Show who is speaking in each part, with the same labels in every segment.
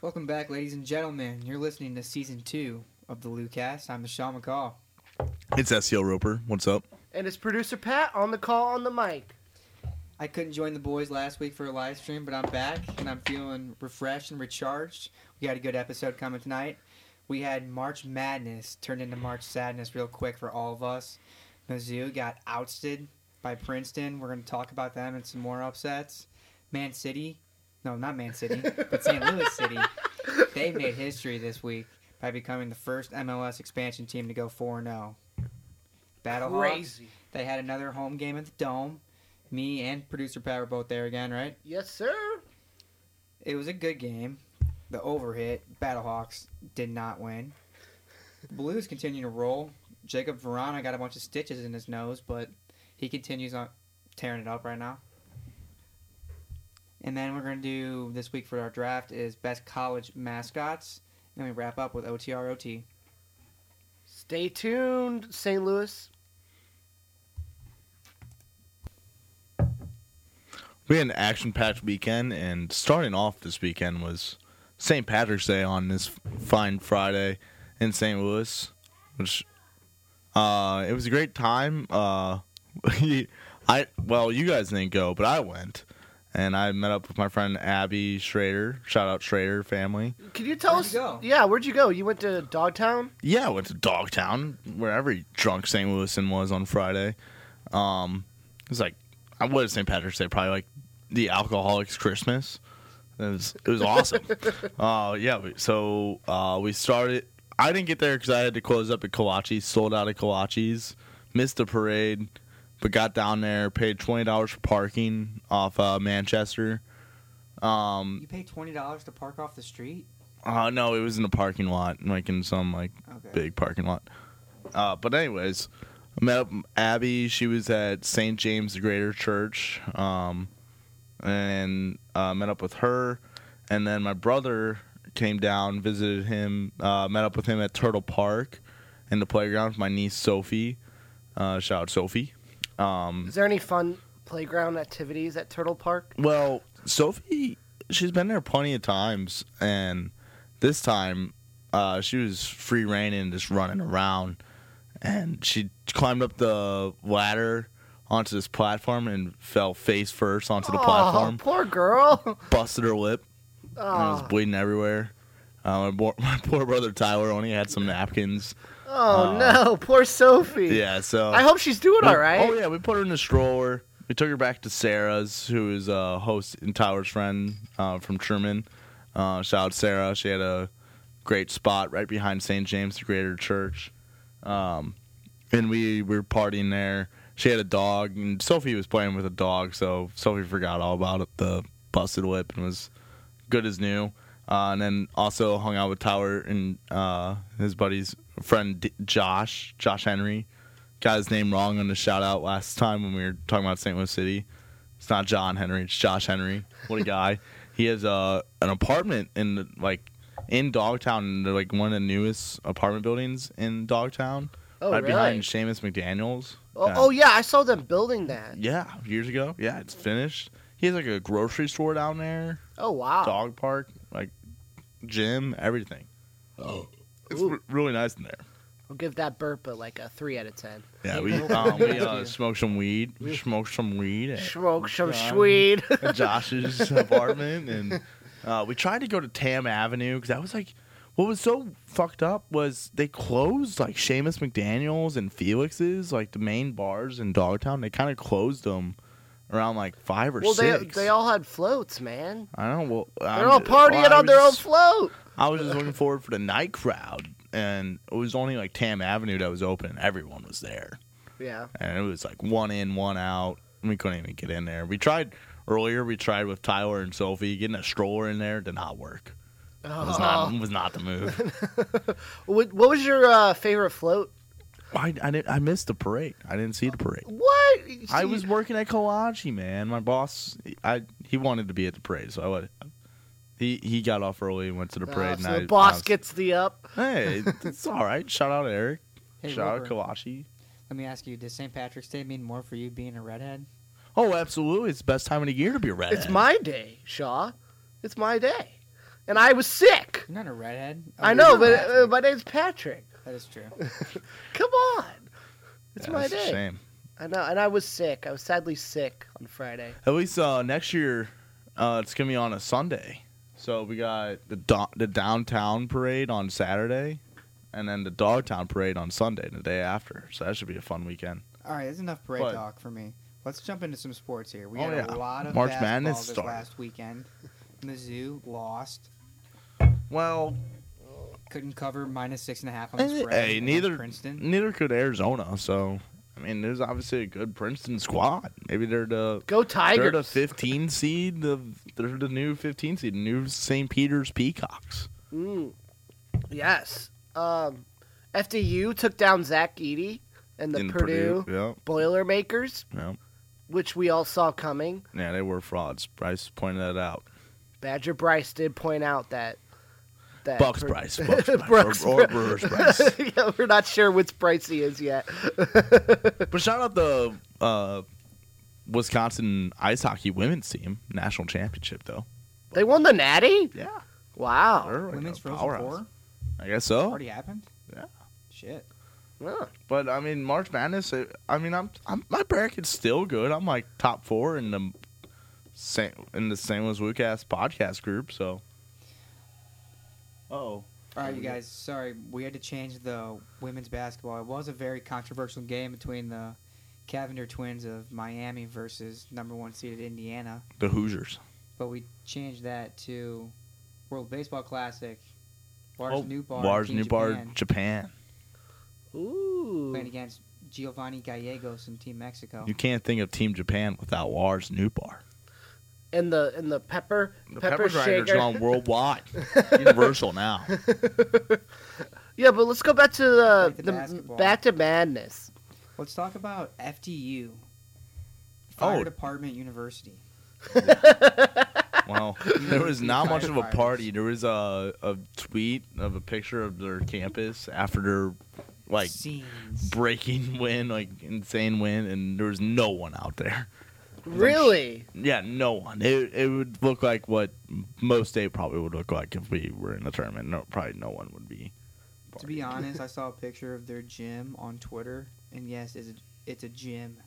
Speaker 1: Welcome back, ladies and gentlemen. You're listening to season two of the Lucast. I'm Michelle McCall.
Speaker 2: It's SEL Roper. What's up?
Speaker 3: And it's producer Pat on the call on the mic.
Speaker 1: I couldn't join the boys last week for a live stream, but I'm back and I'm feeling refreshed and recharged. We got a good episode coming tonight. We had March Madness turned into March Sadness real quick for all of us. Mizzou got ousted by Princeton. We're going to talk about them and some more upsets. Man City, no, not Man City, but St. Louis City. They made history this week by becoming the first MLS expansion team to go oh. 4 0. Battle Hawks,
Speaker 3: Crazy.
Speaker 1: they had another home game at the Dome. Me and producer Pat were both there again, right?
Speaker 3: Yes, sir.
Speaker 1: It was a good game. The overhit Battlehawks did not win. The Blues continue to roll. Jacob Verana got a bunch of stitches in his nose, but he continues on tearing it up right now. And then we're gonna do this week for our draft is best college mascots, and we wrap up with OTROT.
Speaker 3: Stay tuned, St. Louis.
Speaker 2: We had an action-packed weekend, and starting off this weekend was St. Patrick's Day on this fine Friday in St. Louis, which uh, it was a great time. Uh, I well, you guys didn't go, but I went, and I met up with my friend Abby Schrader. Shout out Schrader family.
Speaker 3: Can you tell
Speaker 1: Where'd
Speaker 3: us?
Speaker 1: you go?
Speaker 3: Yeah, where'd you go? You went to Dogtown?
Speaker 2: Yeah, I went to Dogtown, where every drunk St. Louisan was on Friday. Um, it was like, I was St. Patrick's Day, probably like the alcoholics Christmas. It was it was awesome. uh, yeah, we- so uh, we started. I didn't get there because I had to close up at Kolachi's. Sold out at Kolachi's. Missed the parade, but got down there. Paid twenty dollars for parking off uh, Manchester. Um,
Speaker 1: You pay twenty dollars to park off the street?
Speaker 2: uh, no, it was in a parking lot, like in some like
Speaker 1: Okay.
Speaker 2: big parking lot. Uh, but anyways, I met up with Abby. She was at St. James the Greater Church, um, and uh, met up with her. And then my brother came down, visited him, uh, met up with him at Turtle Park in the playground. with My niece Sophie, uh, shout out Sophie. Um,
Speaker 3: Is there any fun playground activities at Turtle Park?
Speaker 2: well, Sophie, she's been there plenty of times, and this time, uh, she was free reining and just running around, and she climbed up the ladder onto this platform and fell face first onto the
Speaker 3: Aw,
Speaker 2: platform,
Speaker 3: Oh, poor girl.
Speaker 2: busted her lip, and it was
Speaker 3: Oh,
Speaker 2: bleeding everywhere. Uh, my, bo- my poor brother Tyler only had some napkins.
Speaker 3: oh no, poor Sophie.
Speaker 2: Uh, Yeah, so
Speaker 3: I hope she's doing
Speaker 2: We-
Speaker 3: all right.
Speaker 2: Oh yeah, we put her in the stroller. We took her back to Sarah's, who is a host and Tyler's friend uh, from Truman. Uh, shout out Sarah. She had a great spot right behind St. James the Greater Church, um, and we were partying there. She had a dog, and Sophie was playing with a dog, so Sophie forgot all about it, the busted lip and was good as new. Uh, and then also hung out with Tyler and uh, his buddy's friend D- Josh, Josh Henry got his name wrong on the shout out last time when we were talking about St. Louis City. It's not John Henry, it's Josh Henry. What a guy. he has uh, an apartment in the- like in Dogtown, in the, like one of the newest apartment buildings in Dogtown.
Speaker 3: Oh,
Speaker 2: right
Speaker 3: really?
Speaker 2: behind Seamus McDaniels.
Speaker 3: Oh,
Speaker 2: Yeah.
Speaker 3: oh yeah, I saw them building that.
Speaker 2: yeah, years ago. Yeah, it's finished. He has like a grocery store down there,
Speaker 3: Oh wow.
Speaker 2: dog park, like gym, everything. Oh. It's re- really nice in there.
Speaker 3: I'll give that burpa like a three out of ten.
Speaker 2: Yeah,
Speaker 1: Yeah,
Speaker 2: we
Speaker 1: cool.
Speaker 2: um, we
Speaker 1: Thank
Speaker 2: uh,
Speaker 1: you.
Speaker 2: smoked some weed. We smoked some weed. at-
Speaker 3: Smoke some
Speaker 2: John.
Speaker 3: Swede.
Speaker 2: at Josh's apartment, and uh, we tried to go to Tam Avenue because that was like what was so fucked up was they closed like Seamus McDaniel's and Felix's like the main bars in Dogtown. They kind of closed them around like five or
Speaker 3: well, they
Speaker 2: six.
Speaker 3: they all had floats, man.
Speaker 2: I don't. know, Well,
Speaker 3: They're all partying on their own float.
Speaker 2: I was just looking forward for the night crowd, and it was only like Tam Avenue that was open. and Everyone was there
Speaker 3: Yeah.
Speaker 2: and it was like one in, one out. We couldn't even get in there. We tried earlier. We tried with Tyler and Sophie getting a stroller in there. Did not work. It was
Speaker 3: Uh-huh.
Speaker 2: not was not the move.
Speaker 3: What, Oh. what was your uh, favorite float?
Speaker 2: I, I didn't. I missed the parade. I didn't see the parade.
Speaker 3: What?
Speaker 2: I was working at Kalachi, man. My boss, I he wanted to be at the parade, so I would. He he got off early and went to the
Speaker 3: Oh,
Speaker 2: parade.
Speaker 3: so
Speaker 2: and
Speaker 3: the
Speaker 2: I, I
Speaker 3: boss
Speaker 2: was-
Speaker 3: gets the up.
Speaker 2: Hey, it's all right. Shout out Eric.
Speaker 1: Hey,
Speaker 2: Shout
Speaker 1: Roper,
Speaker 2: out Kalachi.
Speaker 1: let me ask you: Does St. Patrick's Day mean more for you being a redhead?
Speaker 2: Oh, absolutely. It's the best time of the year to be a redhead.
Speaker 3: It's my day, Shaw. It's my day. and I was sick.
Speaker 1: You're not a redhead. Oh,
Speaker 3: I
Speaker 1: you're
Speaker 3: know,
Speaker 1: not
Speaker 3: but
Speaker 1: Patrick.
Speaker 3: uh, my name's Patrick.
Speaker 1: that is true.
Speaker 3: Come on, it's
Speaker 2: Yeah,
Speaker 3: my
Speaker 2: that's a
Speaker 3: day.
Speaker 2: shame.
Speaker 3: I know, and I was sick. I was sadly sick on Friday.
Speaker 2: At least uh, next year, uh, it's gonna be on a Sunday. So we got the do- the downtown parade on Saturday, and then the Dogtown parade on Sunday, the day after. So that should be a fun weekend.
Speaker 1: All right, that's enough parade
Speaker 2: But-
Speaker 1: talk for me. Let's jump into some sports here. We
Speaker 2: Oh,
Speaker 1: had
Speaker 2: yeah.
Speaker 1: a lot of
Speaker 2: March
Speaker 1: March
Speaker 2: Madness
Speaker 1: Madness this
Speaker 2: started.
Speaker 1: last weekend. Mizzou lost.
Speaker 2: Well, eh,
Speaker 1: Couldn't cover minus six and a half on the
Speaker 2: Hey,
Speaker 1: spread. against
Speaker 2: neither-
Speaker 1: Princeton.
Speaker 2: neither could Arizona. So I mean, there's obviously a good Princeton squad. Maybe they're the
Speaker 3: Go
Speaker 2: they're
Speaker 3: Tigers!
Speaker 2: the 15 seed. The, they're the new 15 seed, new St. Peter's Peacocks.
Speaker 3: Mm. Yes. Um, FDU took down Zach Eady and the
Speaker 2: in
Speaker 3: Purdue,
Speaker 2: Yeah,
Speaker 3: Boilermakers,
Speaker 2: yeah,
Speaker 3: which we all saw coming.
Speaker 2: yeah. They were frauds. Bryce pointed that out.
Speaker 3: Badger Bryce did point out that. that
Speaker 2: Bucks
Speaker 3: Pur-
Speaker 2: Bryce. Bucks
Speaker 3: Brooks
Speaker 2: Bryce. or, or Brewers Bryce.
Speaker 3: yeah, we're not sure which Bryce he is yet.
Speaker 2: But shout out the uh, Wisconsin ice hockey women's team national championship though.
Speaker 3: they won the Natty.
Speaker 2: Yeah,
Speaker 3: Wow.
Speaker 1: Women's Frozen Four
Speaker 2: I guess so.
Speaker 1: already happened.
Speaker 2: Oh. Yeah.
Speaker 1: Shit.
Speaker 3: Huh.
Speaker 2: But I mean, March Madness. I- I mean, I'm, I'm my bracket's still good. I'm like top four in the San, in the San Luis Lucas podcast group. So. Oh.
Speaker 1: All right,
Speaker 2: Yeah,
Speaker 1: you
Speaker 2: we got-
Speaker 1: guys. Sorry, we had to change the women's basketball. It was a very controversial game between the Cavender Twins of Miami versus number one seeded Indiana,
Speaker 2: The Hoosiers.
Speaker 1: but we changed that to World Baseball Classic. Lars
Speaker 2: Oh,
Speaker 1: Newbar,
Speaker 2: Lars
Speaker 1: Team
Speaker 2: Newbar,
Speaker 1: Japan,
Speaker 2: Japan.
Speaker 1: playing
Speaker 3: Ooh.
Speaker 1: against Giovanni Gallegos and Team Mexico.
Speaker 2: You can't think of Team Japan without Lars Newbar.
Speaker 3: And the and the pepper
Speaker 2: The
Speaker 3: pepper,
Speaker 2: Pepper,
Speaker 3: shaker.
Speaker 2: Grinder's gone worldwide, universal now.
Speaker 3: Yeah, but let's go back to the,
Speaker 1: Back to
Speaker 3: the
Speaker 1: basketball.
Speaker 3: back to madness.
Speaker 1: Let's talk about FDU,
Speaker 2: Oh.
Speaker 1: Fire Department University.
Speaker 2: Wow. There was not much of a
Speaker 1: Firefighters.
Speaker 2: party. There was a, a tweet of a picture of their campus after their like
Speaker 1: scenes.
Speaker 2: breaking win, like insane win, and there was no one out there.
Speaker 3: Really?
Speaker 2: Yeah, no one. It it would look like what most day probably would look like if we were in a tournament. No, probably no one would be.
Speaker 1: To be
Speaker 2: partying.
Speaker 1: honest, I saw a picture of their gym on Twitter, and yes, it's a, it's a gym,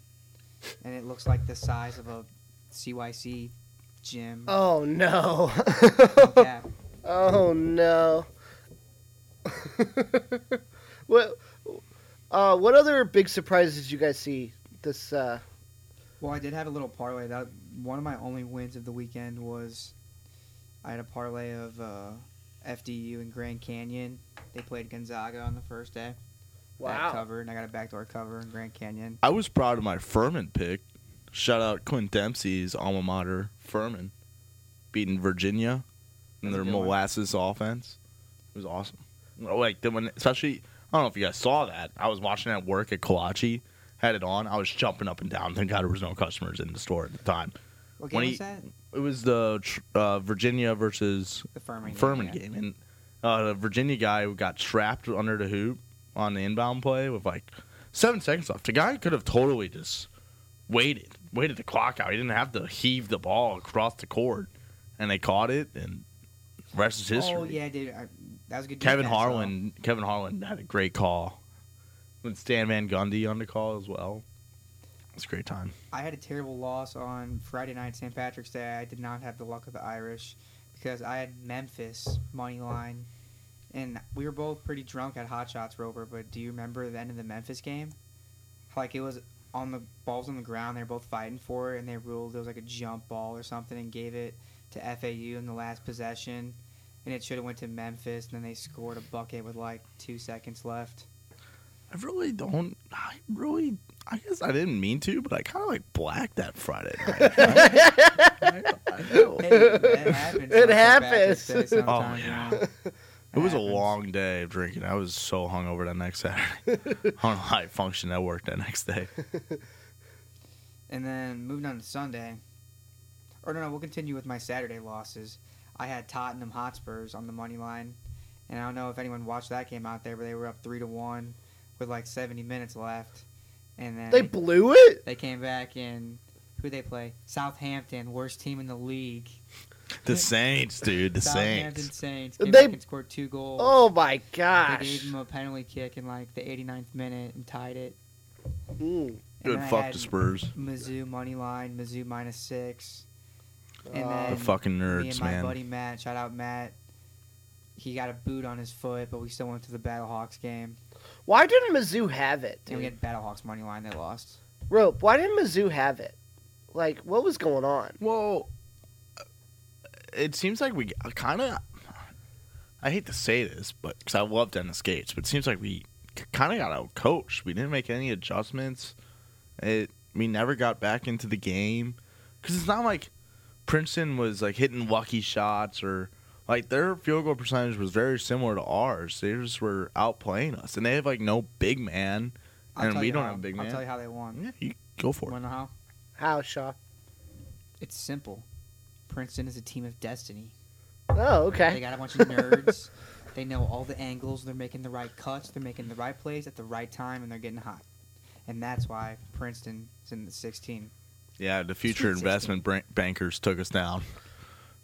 Speaker 1: and it looks like the size of a CYC gym.
Speaker 3: Oh no.
Speaker 1: cap.
Speaker 3: oh no. what uh what other big surprises did you guys see this uh
Speaker 1: Well, I did have a little parlay. That one of my only wins of the weekend was I had a parlay of uh, FDU and Grand Canyon. They played Gonzaga on the first day. That
Speaker 3: wow.
Speaker 1: covered, and I got a backdoor cover in Grand Canyon.
Speaker 2: I was proud of my Furman pick. Shout out Clint Dempsey's alma mater, Furman, beating Virginia in
Speaker 1: That's a
Speaker 2: their
Speaker 1: good one.
Speaker 2: molasses offense. It was awesome. Oh, Like the one, especially I don't know if you guys saw that. I was watching at work at Kalachi, had it on. I was jumping up and down. Thank God there was no customers in the store at the time.
Speaker 1: What game
Speaker 2: When
Speaker 1: was
Speaker 2: he-
Speaker 1: that?
Speaker 2: It was the tr- uh, Virginia versus
Speaker 1: The Furman.
Speaker 2: Furman
Speaker 1: yeah.
Speaker 2: game, and uh, the Virginia guy who got trapped under the hoop on the inbound play with like seven seconds left. The guy could have totally just waited, waited the clock out. He didn't have to heave the ball across the court, and they caught it, and the rest is history.
Speaker 1: Oh yeah, uh, dude, I, that was a good.
Speaker 2: Kevin
Speaker 1: defense, though.
Speaker 2: Harlan, Kevin Harlan had a great call with Stan Van Gundy on the call as well. It's a great time.
Speaker 1: I had a terrible loss on Friday night, St. Patrick's Day. I did not have the luck of the Irish because I had Memphis money line, and we were both pretty drunk at Hot Shots Rover. But do you remember the end of the Memphis game? Like it was on the balls on the ground. They were both fighting for it, and they ruled it was like a jump ball or something, and gave it to FAU in the last possession, and it should have went to Memphis. And then they scored a bucket with like two seconds left.
Speaker 2: I really don't. I really. I guess I didn't mean to, but I kind of like blacked that Friday night. I, I know.
Speaker 1: Hey, that happens. on
Speaker 3: It
Speaker 1: St. Patrick's
Speaker 3: happens.
Speaker 1: Day sometimes, you
Speaker 2: yeah.
Speaker 1: know.
Speaker 2: It was a
Speaker 1: happens.
Speaker 2: long day of drinking. I was so hungover that next Saturday. I don't know how I functioned at work that next day.
Speaker 1: And then moving on to Sunday. Or no, no, we'll continue with my Saturday losses. I had Tottenham Hotspurs on the money line, and I don't know if anyone watched that game out there, but they were up three to one with like 70 minutes left, and then
Speaker 3: They blew it?
Speaker 1: they came back and who they play? Southampton, worst team in the league.
Speaker 2: The Saints, dude. The
Speaker 1: Southampton
Speaker 2: Saints.
Speaker 1: Saints.
Speaker 3: They-
Speaker 1: Came back and scored two goals.
Speaker 3: Oh my
Speaker 1: They gave
Speaker 3: gosh.
Speaker 1: him a penalty kick in like the 89th minute and tied it.
Speaker 3: Mm.
Speaker 1: And
Speaker 2: Good
Speaker 1: then I
Speaker 2: fuck
Speaker 1: had
Speaker 2: the Spurs.
Speaker 1: Mizzou money line, Mizzou minus six. And
Speaker 3: Uh,
Speaker 2: The
Speaker 1: then
Speaker 2: fucking
Speaker 1: me and
Speaker 2: nerds,
Speaker 1: my
Speaker 2: man.
Speaker 1: buddy Matt, shout out Matt. He got a boot on his foot, but we still went to the Battlehawks game.
Speaker 3: Why didn't Mizzou have it?
Speaker 1: And
Speaker 3: Dude?
Speaker 1: we had Battlehawks money line. They lost.
Speaker 3: Rope, why didn't Mizzou have it? Like, what was going on?
Speaker 2: Well, uh, it seems like we kind of. I hate to say this, but because I love Dennis Gates, but it seems like we kind of got out coached. We didn't make any adjustments. It we never got back into the game because it's not like Princeton was like hitting lucky shots or like their field goal percentage was very similar to ours. They just were outplaying us, and they have like no big man.
Speaker 1: I'll
Speaker 2: And
Speaker 1: tell
Speaker 2: we
Speaker 1: you
Speaker 2: don't
Speaker 1: how.
Speaker 2: have a big
Speaker 1: I'll
Speaker 2: man.
Speaker 1: tell you how they won.
Speaker 2: Yeah, you go for it.
Speaker 1: Wanna know how?
Speaker 3: How, Shaw?
Speaker 1: It's simple. Princeton is a team of destiny.
Speaker 3: Oh,
Speaker 2: Eh.
Speaker 1: They
Speaker 3: okay.
Speaker 1: got a bunch of nerds. they know all the angles. They're making the right cuts. They're making the right plays at the right time, and they're getting hot. And that's why Princeton is in the 16.
Speaker 2: Yeah, the future
Speaker 1: Sweet 16.
Speaker 2: investment bran- bankers took us down.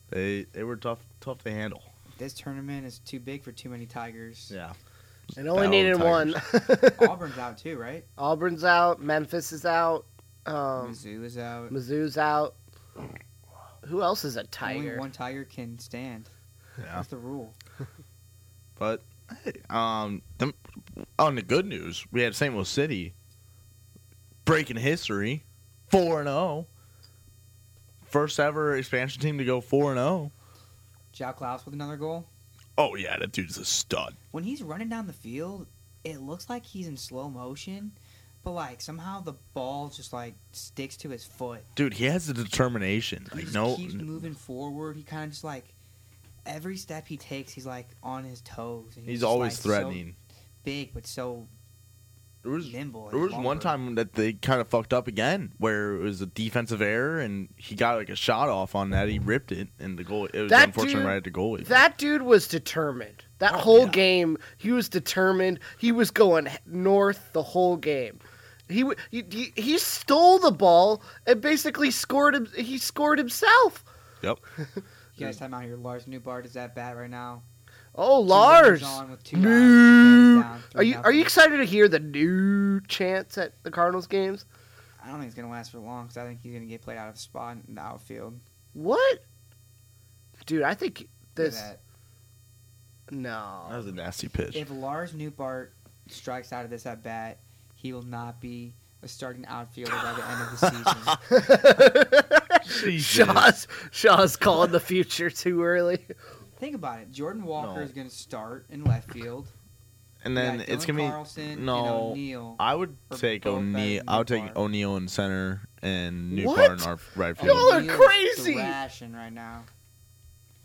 Speaker 2: They they were tough tough to handle.
Speaker 1: This tournament is too big for too many Tigers.
Speaker 2: Yeah,
Speaker 3: And only
Speaker 2: Battle
Speaker 3: needed
Speaker 2: of
Speaker 3: one.
Speaker 1: Auburn's out too, right?
Speaker 3: Auburn's out. Memphis is out. Um,
Speaker 1: Mizzou is out.
Speaker 3: Mizzou's out. Who else is a
Speaker 1: Only
Speaker 3: tiger?
Speaker 1: one Tiger can stand.
Speaker 2: yeah.
Speaker 1: That's the rule.
Speaker 2: But hey, um, them, on the good news, we had St. Louis City breaking history, four and zero. First ever expansion team to go four and zero.
Speaker 1: Jao Klaus with another goal.
Speaker 2: Oh yeah, that dude's a stud.
Speaker 1: When he's running down the field, it looks like he's in slow motion, but like somehow the ball just like sticks to his foot.
Speaker 2: Dude, he has the determination.
Speaker 1: He
Speaker 2: Like
Speaker 1: just
Speaker 2: no,
Speaker 1: keeps moving forward. He kind of just like every step he takes, he's like on his toes. And
Speaker 2: he's
Speaker 1: just,
Speaker 2: always
Speaker 1: like, so
Speaker 2: threatening.
Speaker 1: big, but so
Speaker 2: There was
Speaker 1: nimble. and
Speaker 2: There was one
Speaker 1: longer.
Speaker 2: time that they kind of fucked up again, where it was a defensive error, and he got like a shot off on that. He ripped it, and the goal. It was
Speaker 3: That
Speaker 2: unfortunate
Speaker 3: dude-
Speaker 2: right at the goalie.
Speaker 3: That dude was determined. That
Speaker 2: Oh,
Speaker 3: whole
Speaker 2: yeah.
Speaker 3: game, he was determined. He was going h- north the whole game. He, w- he he- he stole the ball and basically scored. him- He scored himself.
Speaker 2: yep.
Speaker 1: You guys time out here. Lars Newbart is that bad right now.
Speaker 3: Oh,
Speaker 1: Two runners
Speaker 3: Lars!
Speaker 1: on with two
Speaker 3: No.
Speaker 1: outs, hands down,
Speaker 3: Are you are you
Speaker 1: 3-0.
Speaker 3: excited to hear the new chants at the Cardinals games?
Speaker 1: I don't think it's gonna last for long because I think he's gonna get played out of spot in the outfield.
Speaker 3: What? Dude, I think
Speaker 1: Look at
Speaker 3: this.
Speaker 1: that.
Speaker 2: That
Speaker 3: No.
Speaker 2: was a nasty pitch.
Speaker 1: If Lars Newbart strikes out of this at bat, he will not be a starting outfielder by the end of the season.
Speaker 2: Jesus.
Speaker 3: Shaw's Shaw's calling the future too early.
Speaker 1: Think about it. Jordan Walker
Speaker 2: No.
Speaker 1: is gonna start in left field.
Speaker 2: and
Speaker 1: You
Speaker 2: then
Speaker 1: got
Speaker 2: it's
Speaker 1: Dylan
Speaker 2: gonna be.
Speaker 1: Carlson
Speaker 2: no.
Speaker 1: And O'Neal.
Speaker 2: I would
Speaker 1: Or
Speaker 2: take
Speaker 1: both
Speaker 2: O'Neal.
Speaker 1: better than
Speaker 2: I would take
Speaker 1: Newbar.
Speaker 2: O'Neal in center and Newbar
Speaker 3: What?
Speaker 2: in our right
Speaker 1: Oh,
Speaker 2: field.
Speaker 3: Y'all are
Speaker 1: O'Neal's
Speaker 3: crazy!
Speaker 1: Thrashing right now.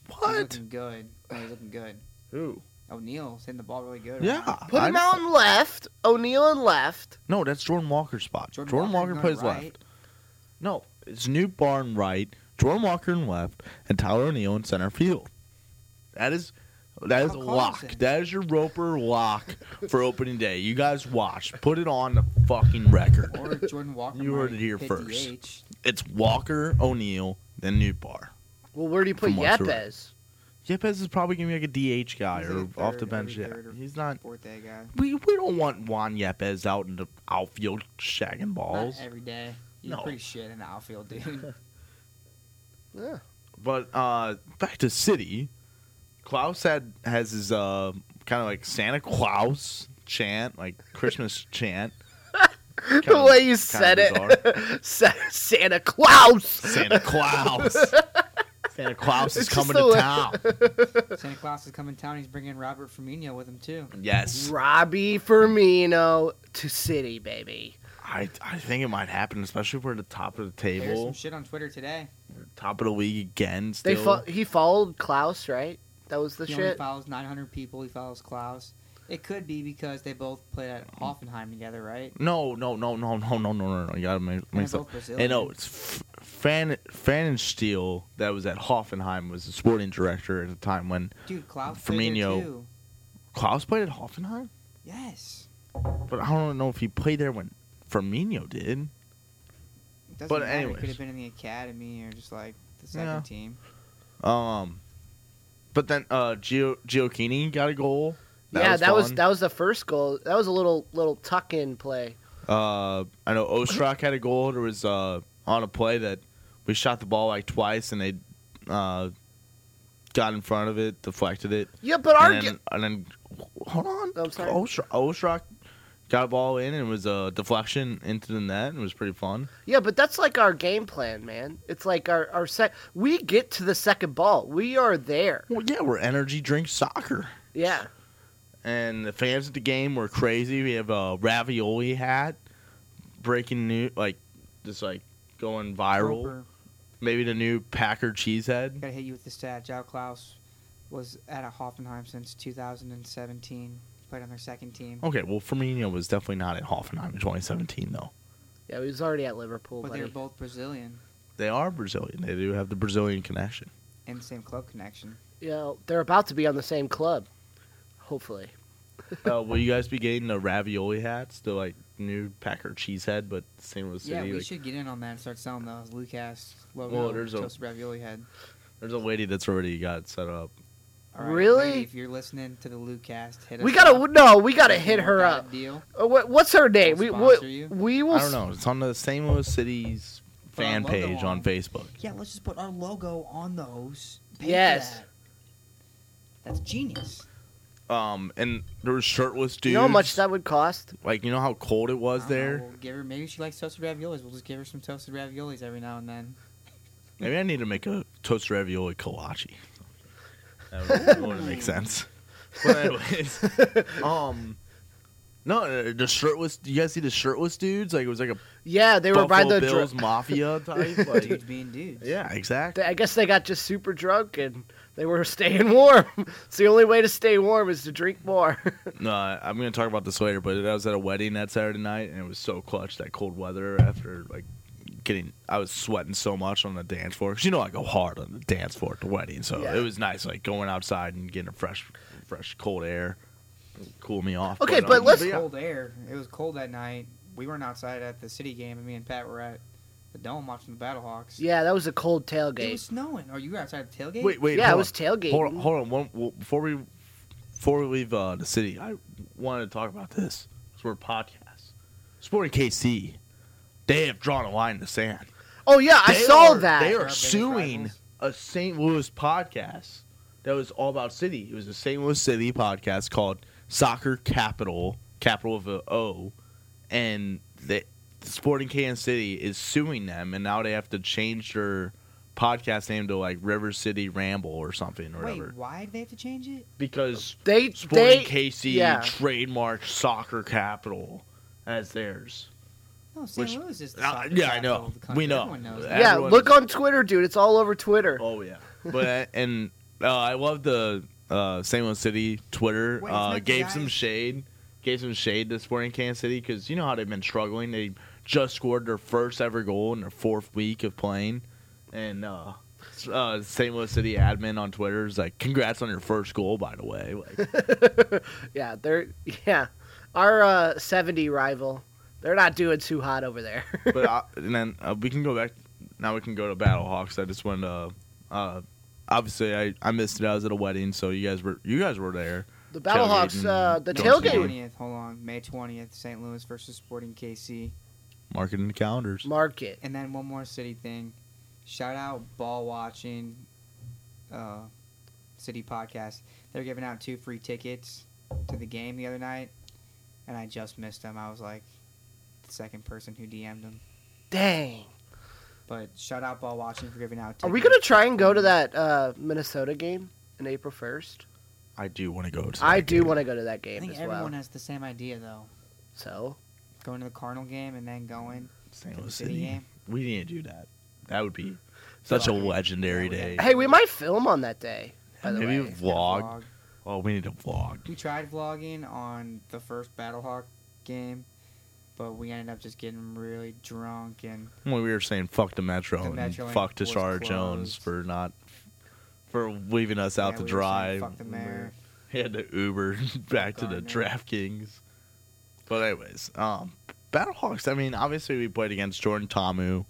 Speaker 1: He's
Speaker 2: what?
Speaker 1: looking good. No, he's looking good.
Speaker 2: Who?
Speaker 1: O'Neal's hitting the ball really good. right
Speaker 2: Yeah.
Speaker 1: now.
Speaker 3: Put him
Speaker 2: I-
Speaker 3: out in left. O'Neal in left.
Speaker 2: No, that's Jordan Walker's spot.
Speaker 1: Jordan
Speaker 2: Jordan,
Speaker 1: Walker
Speaker 2: Walker,
Speaker 1: going
Speaker 2: plays
Speaker 1: right?
Speaker 2: left. No, it's New Barn right, Jordan Walker in left, and Tyler O'Neill in center field. That is that is
Speaker 1: How
Speaker 2: a
Speaker 1: close
Speaker 2: lock.
Speaker 1: then?
Speaker 2: That is your Roper lock for opening day. You guys watch. Put it on the fucking record.
Speaker 1: Or Jordan Walker.
Speaker 2: You heard
Speaker 1: might
Speaker 2: it here
Speaker 1: hit
Speaker 2: first.
Speaker 1: DH.
Speaker 2: It's Walker, O'Neill, then New Bar.
Speaker 3: Well, where do you put
Speaker 2: From left to right.
Speaker 3: Yepes?
Speaker 2: Yepes is probably gonna be like a DH guy
Speaker 1: He's
Speaker 2: or
Speaker 1: like a
Speaker 2: off
Speaker 1: third,
Speaker 2: the bench.
Speaker 1: every
Speaker 2: Yeah.
Speaker 1: third or
Speaker 2: He's not
Speaker 1: Fourth day guy.
Speaker 2: we, we don't want Juan Yepes out in the outfield shagging balls.
Speaker 1: Not every day. You're
Speaker 2: No.
Speaker 1: pretty shit in the outfield, dude.
Speaker 3: Yeah.
Speaker 2: But uh, back to City, Klaus had has his uh, kind of like Santa Claus chant, like Christmas chant.
Speaker 3: the
Speaker 2: Kinda-
Speaker 3: way you said it, Sa- Santa Claus.
Speaker 2: Santa Claus. Santa Claus is
Speaker 3: It's just
Speaker 2: coming
Speaker 3: the
Speaker 2: to
Speaker 3: way-
Speaker 2: town.
Speaker 1: Santa Claus is coming to town. He's bringing Robert Firmino with him too.
Speaker 2: Yes,
Speaker 3: Robbie Firmino to City, baby.
Speaker 2: I I think it might happen, especially if we're at the top of the
Speaker 1: There's some
Speaker 2: table,
Speaker 1: shit on Twitter today.
Speaker 2: top of the league again.
Speaker 3: They
Speaker 2: Still,
Speaker 3: fo- he followed Klaus, right? That was the
Speaker 1: He only
Speaker 3: shit.
Speaker 1: follows 900 people. He follows Klaus. It could be because they both played at Hoffenheim together, right?
Speaker 2: no, no, no, no, no, no, no, no, no. You gotta make,
Speaker 1: And
Speaker 2: make
Speaker 1: they're
Speaker 2: stuff.
Speaker 1: both Brazilian.
Speaker 2: Hey, no, it's F- Fan Fanenstiel that was at Hoffenheim was the sporting director at the time when
Speaker 1: Dude, Klaus played there,
Speaker 2: Firmino.
Speaker 1: too.
Speaker 2: Klaus played at Hoffenheim.
Speaker 1: Yes.
Speaker 2: But I don't know if he played there when Firmino did.
Speaker 1: It doesn't
Speaker 2: But
Speaker 1: matter. He
Speaker 2: anyways.
Speaker 1: could have been in the academy or just like the second
Speaker 2: Yeah.
Speaker 1: team.
Speaker 2: Um, but then uh, Gio Giochini got a goal.
Speaker 3: yeah, that was
Speaker 2: fun.
Speaker 3: that was the first goal. That was a little little tuck in play.
Speaker 2: Uh, I know Ostrak had a goal. There was uh, on a play that we shot the ball like twice, and they uh, got in front of it, deflected it,
Speaker 3: Yeah, but our
Speaker 2: and
Speaker 3: ga-
Speaker 2: then, and then hold on,
Speaker 3: I'm sorry.
Speaker 2: Ostra- Ostrak got a ball in, and it was a deflection into the net, and it was pretty fun.
Speaker 3: Yeah, but that's like our game plan, man. It's like our our sec. We get to the second ball. We are there.
Speaker 2: Well, yeah, we're energy drink soccer,
Speaker 3: Yeah.
Speaker 2: and the fans at the game were crazy. We have a ravioli hat, breaking new like just like going viral.
Speaker 1: Roper,
Speaker 2: Maybe the new Packer cheese head.
Speaker 1: Gotta hit you with the stat. Jao Klaus was at a Hoffenheim since 2017. He played on their second team.
Speaker 2: Okay, well, Firmino was definitely not at Hoffenheim in 2017, though.
Speaker 3: Yeah, he was already at
Speaker 2: Oh,
Speaker 3: Liverpool,
Speaker 1: but they
Speaker 3: buddy.
Speaker 1: were both Brazilian
Speaker 2: They are Brazilian. They do have the Brazilian connection.
Speaker 1: and same club connection.
Speaker 3: yeah, they're about to be on the same club, hopefully.
Speaker 2: uh, will you guys be getting the ravioli hats? The like new Packer cheese head, but same with
Speaker 1: yeah,
Speaker 2: City.
Speaker 1: we
Speaker 2: like,
Speaker 1: should get in on that and start selling those Lucas logo
Speaker 2: Well, there's a-
Speaker 1: toasted ravioli head.
Speaker 2: There's a lady that's already got set up.
Speaker 1: All right,
Speaker 3: Really?
Speaker 1: lady, if you're listening to the Lucas, hit us
Speaker 3: We gotta
Speaker 1: up.
Speaker 3: no, we gotta hit her
Speaker 1: Got a
Speaker 3: up.
Speaker 1: Deal.
Speaker 3: Uh, what, what's her name? We
Speaker 1: We'll
Speaker 3: we,
Speaker 1: sponsor you.
Speaker 3: we will.
Speaker 2: I don't know. It's on the St. Louis City's
Speaker 1: Put our
Speaker 2: fan
Speaker 1: logo
Speaker 2: page on
Speaker 1: on.
Speaker 2: Facebook.
Speaker 1: Yeah, let's just put our logo on those.
Speaker 3: for Yes. that.
Speaker 1: That's genius.
Speaker 2: Um, and there was shirtless
Speaker 3: You
Speaker 2: dudes.
Speaker 3: know how much that would cost?
Speaker 2: Like you know how cold it was there.
Speaker 3: Oh.
Speaker 1: We'll give her. Maybe she likes toasted raviolis. We'll just give her some toasted raviolis every now and then.
Speaker 2: Maybe I need to make a toast ravioli kolache. That would, would make sense. But anyways, um, no, uh, the shirtless. You guys see the shirtless dudes? Like it was like a
Speaker 3: Yeah, they were by
Speaker 2: Buffalo
Speaker 3: the. dr-
Speaker 2: Bills mafia type.
Speaker 1: Dudes
Speaker 2: Like,
Speaker 1: being dudes.
Speaker 2: yeah, exactly.
Speaker 3: they- I guess they got just super drunk and they were staying warm. it's the only way to stay warm is to drink more.
Speaker 2: No, I- I'm gonna talk about this later. But I was at a wedding that Saturday night, and it was so clutch that cold weather after like getting. I was sweating so much on the dance floor 'cause you know I go hard on the dance floor at the wedding, so
Speaker 3: Yeah.
Speaker 2: it was nice like going outside and getting a fresh, fresh cold air, cool me off.
Speaker 3: Okay, but
Speaker 2: um,
Speaker 3: let's-
Speaker 1: It was
Speaker 2: yeah.
Speaker 1: cold air. It was cold that night. We weren't outside at the city game, and me and Pat were at the dome watching the Battlehawks.
Speaker 3: yeah, that was a cold
Speaker 1: It
Speaker 3: tailgate.
Speaker 1: was snowing. Are you outside the tailgate?
Speaker 2: Wait, wait.
Speaker 3: yeah, it
Speaker 2: hold
Speaker 3: was
Speaker 2: on.
Speaker 3: tailgating.
Speaker 2: Hold on, hold on. One, well, before we before we leave uh, the city, I wanted to talk about this. 'cause We're a podcast. Sporting KC, they have drawn a line in the sand.
Speaker 3: Oh yeah, I
Speaker 2: They
Speaker 3: saw
Speaker 2: are-
Speaker 3: that.
Speaker 2: they
Speaker 1: Our
Speaker 2: are
Speaker 1: biggest
Speaker 2: suing
Speaker 1: rivals.
Speaker 2: a St. Louis podcast that was all about city. It was a St. Louis City podcast called Soccer Capital, capital of a O, and the Sporting Kansas City is suing them, and now they have to change their podcast name to like River City Ramble or something or whatever
Speaker 1: Wait, why did they have to change it?
Speaker 2: because
Speaker 3: They
Speaker 2: Sporting
Speaker 3: they
Speaker 2: KC
Speaker 3: yeah.
Speaker 2: trademarked Soccer Capital as theirs.
Speaker 1: No, St.
Speaker 2: Which-
Speaker 1: Louis is the
Speaker 2: Uh,
Speaker 1: soccer
Speaker 2: yeah, I
Speaker 1: capital
Speaker 2: know.
Speaker 1: of the
Speaker 2: We
Speaker 1: country.
Speaker 2: know.
Speaker 1: Everyone knows
Speaker 2: Yeah.
Speaker 1: that.
Speaker 3: yeah,
Speaker 2: Everyone-
Speaker 3: look on Twitter, dude. It's all over Twitter.
Speaker 2: Oh yeah, but and uh, I love the uh, St. Louis City Twitter
Speaker 1: Wait, isn't
Speaker 2: uh,
Speaker 1: that the
Speaker 2: gave
Speaker 1: guy-
Speaker 2: some shade, gave some shade to Sporting Kansas City because you know how they've been struggling. They just scored their first ever goal in their fourth week of playing, and uh, s- uh, St. Louis City admin on Twitter is like, "Congrats on your first goal, by the way." Like,
Speaker 3: Yeah, they're yeah. Our uh, seventy rival, they're not doing too hot over there.
Speaker 2: but I, and then uh, we can go back. Now we can go to Battlehawks. I just wanted to. Uh, obviously, I, I missed it. I was at a wedding, so you guys were you guys were there.
Speaker 3: the Battlehawks,
Speaker 2: Tailgating.
Speaker 3: uh, the
Speaker 2: No,
Speaker 1: May
Speaker 3: tailgate.
Speaker 1: 20th, hold on. May 20th, St. Louis versus Sporting KC.
Speaker 2: Mark it in the calendars.
Speaker 3: Market.
Speaker 1: And then one more city thing. Shout out ball watching uh, city podcast. They're giving out two free tickets to the game the other night, and I just missed them. I was like the second person who DM'd them.
Speaker 3: Dang.
Speaker 1: But shout out ball watching for giving out. Tickets.
Speaker 3: Are we gonna try and go to that uh, Minnesota game in April first?
Speaker 2: I do want to go to.
Speaker 3: I
Speaker 2: that
Speaker 3: do
Speaker 2: game.
Speaker 3: want to go to that
Speaker 1: I
Speaker 3: game
Speaker 1: think
Speaker 3: as well.
Speaker 1: everyone has the same idea though.
Speaker 3: So
Speaker 1: Going to the Cardinal game and then going
Speaker 2: St.
Speaker 1: to the
Speaker 2: Louis
Speaker 1: city
Speaker 2: City.
Speaker 1: game. Mm.
Speaker 2: We need to do that. That would be such a
Speaker 1: Fuck.
Speaker 2: legendary
Speaker 1: Yeah, we
Speaker 2: day.
Speaker 1: got-
Speaker 3: hey, we might film on that day. By the
Speaker 2: Maybe
Speaker 3: way,
Speaker 2: vlog. Oh, we need to vlog.
Speaker 1: We tried vlogging on the first Battlehawk game, but we ended up just getting really drunk and
Speaker 2: When we were saying fuck the Metro
Speaker 1: The
Speaker 2: and
Speaker 1: Metro
Speaker 2: fuck
Speaker 1: was
Speaker 2: Tashara Jones
Speaker 1: closed.
Speaker 2: for not for leaving us out
Speaker 1: yeah, we
Speaker 2: to
Speaker 1: were
Speaker 2: dry.
Speaker 1: saying, Fuck the mayor.
Speaker 2: He had to Uber back to the
Speaker 1: Garner.
Speaker 2: DraftKings. But anyways, um, Battlehawks. I mean, obviously we played against Jordan Tamu,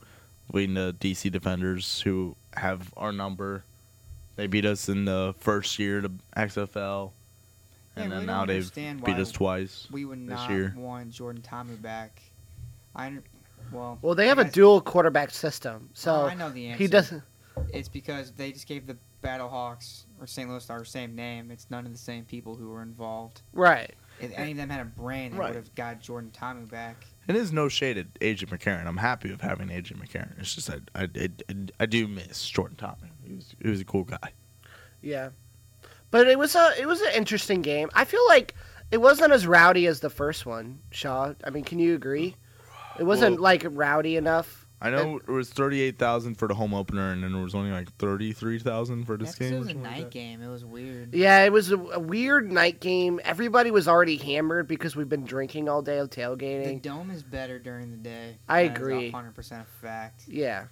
Speaker 2: leading the DC Defenders, who have our number. They beat us in the first year to XFL,
Speaker 1: Yeah,
Speaker 2: and
Speaker 1: we don't
Speaker 2: then now they've
Speaker 1: understand
Speaker 2: beat
Speaker 1: why
Speaker 2: us twice.
Speaker 1: We would
Speaker 2: this
Speaker 1: not
Speaker 2: year.
Speaker 1: want Jordan Thomas back. I well.
Speaker 3: Well, they
Speaker 1: I
Speaker 3: have a
Speaker 1: guess-
Speaker 3: dual quarterback system,
Speaker 1: Oh,
Speaker 3: so
Speaker 1: I know the answer.
Speaker 3: he doesn't.
Speaker 1: It's because they just gave the Battle Hawks or St. Louis our same name. It's none of the same people who were involved.
Speaker 3: Right.
Speaker 1: If any of them had a brain, they
Speaker 2: Right.
Speaker 1: would have got Jordan Thomas back.
Speaker 2: It is no shade at AJ McCarron. I'm happy with having AJ McCarron. It's just I I, I, I do miss Jordan Thomas. He was he was a cool guy.
Speaker 3: Yeah. But it was a it was an interesting game. I feel like it wasn't as rowdy as the first one, Shaw. I mean, can you agree? It wasn't
Speaker 2: Well-
Speaker 3: like rowdy enough.
Speaker 2: I know it was thirty eight thousand for the home opener, and then it was only like thirty three thousand for this
Speaker 1: That's 'cause
Speaker 2: game.
Speaker 1: it
Speaker 2: or
Speaker 1: was a
Speaker 2: something like
Speaker 1: night
Speaker 2: that.
Speaker 1: game. It was weird.
Speaker 3: Yeah, it was a, a weird night game. Everybody was already hammered because we've been drinking all day of
Speaker 1: The
Speaker 3: tailgating.
Speaker 1: dome is better during the day.
Speaker 3: I
Speaker 1: That is
Speaker 3: agree.
Speaker 1: hundred percent fact.
Speaker 3: Yeah.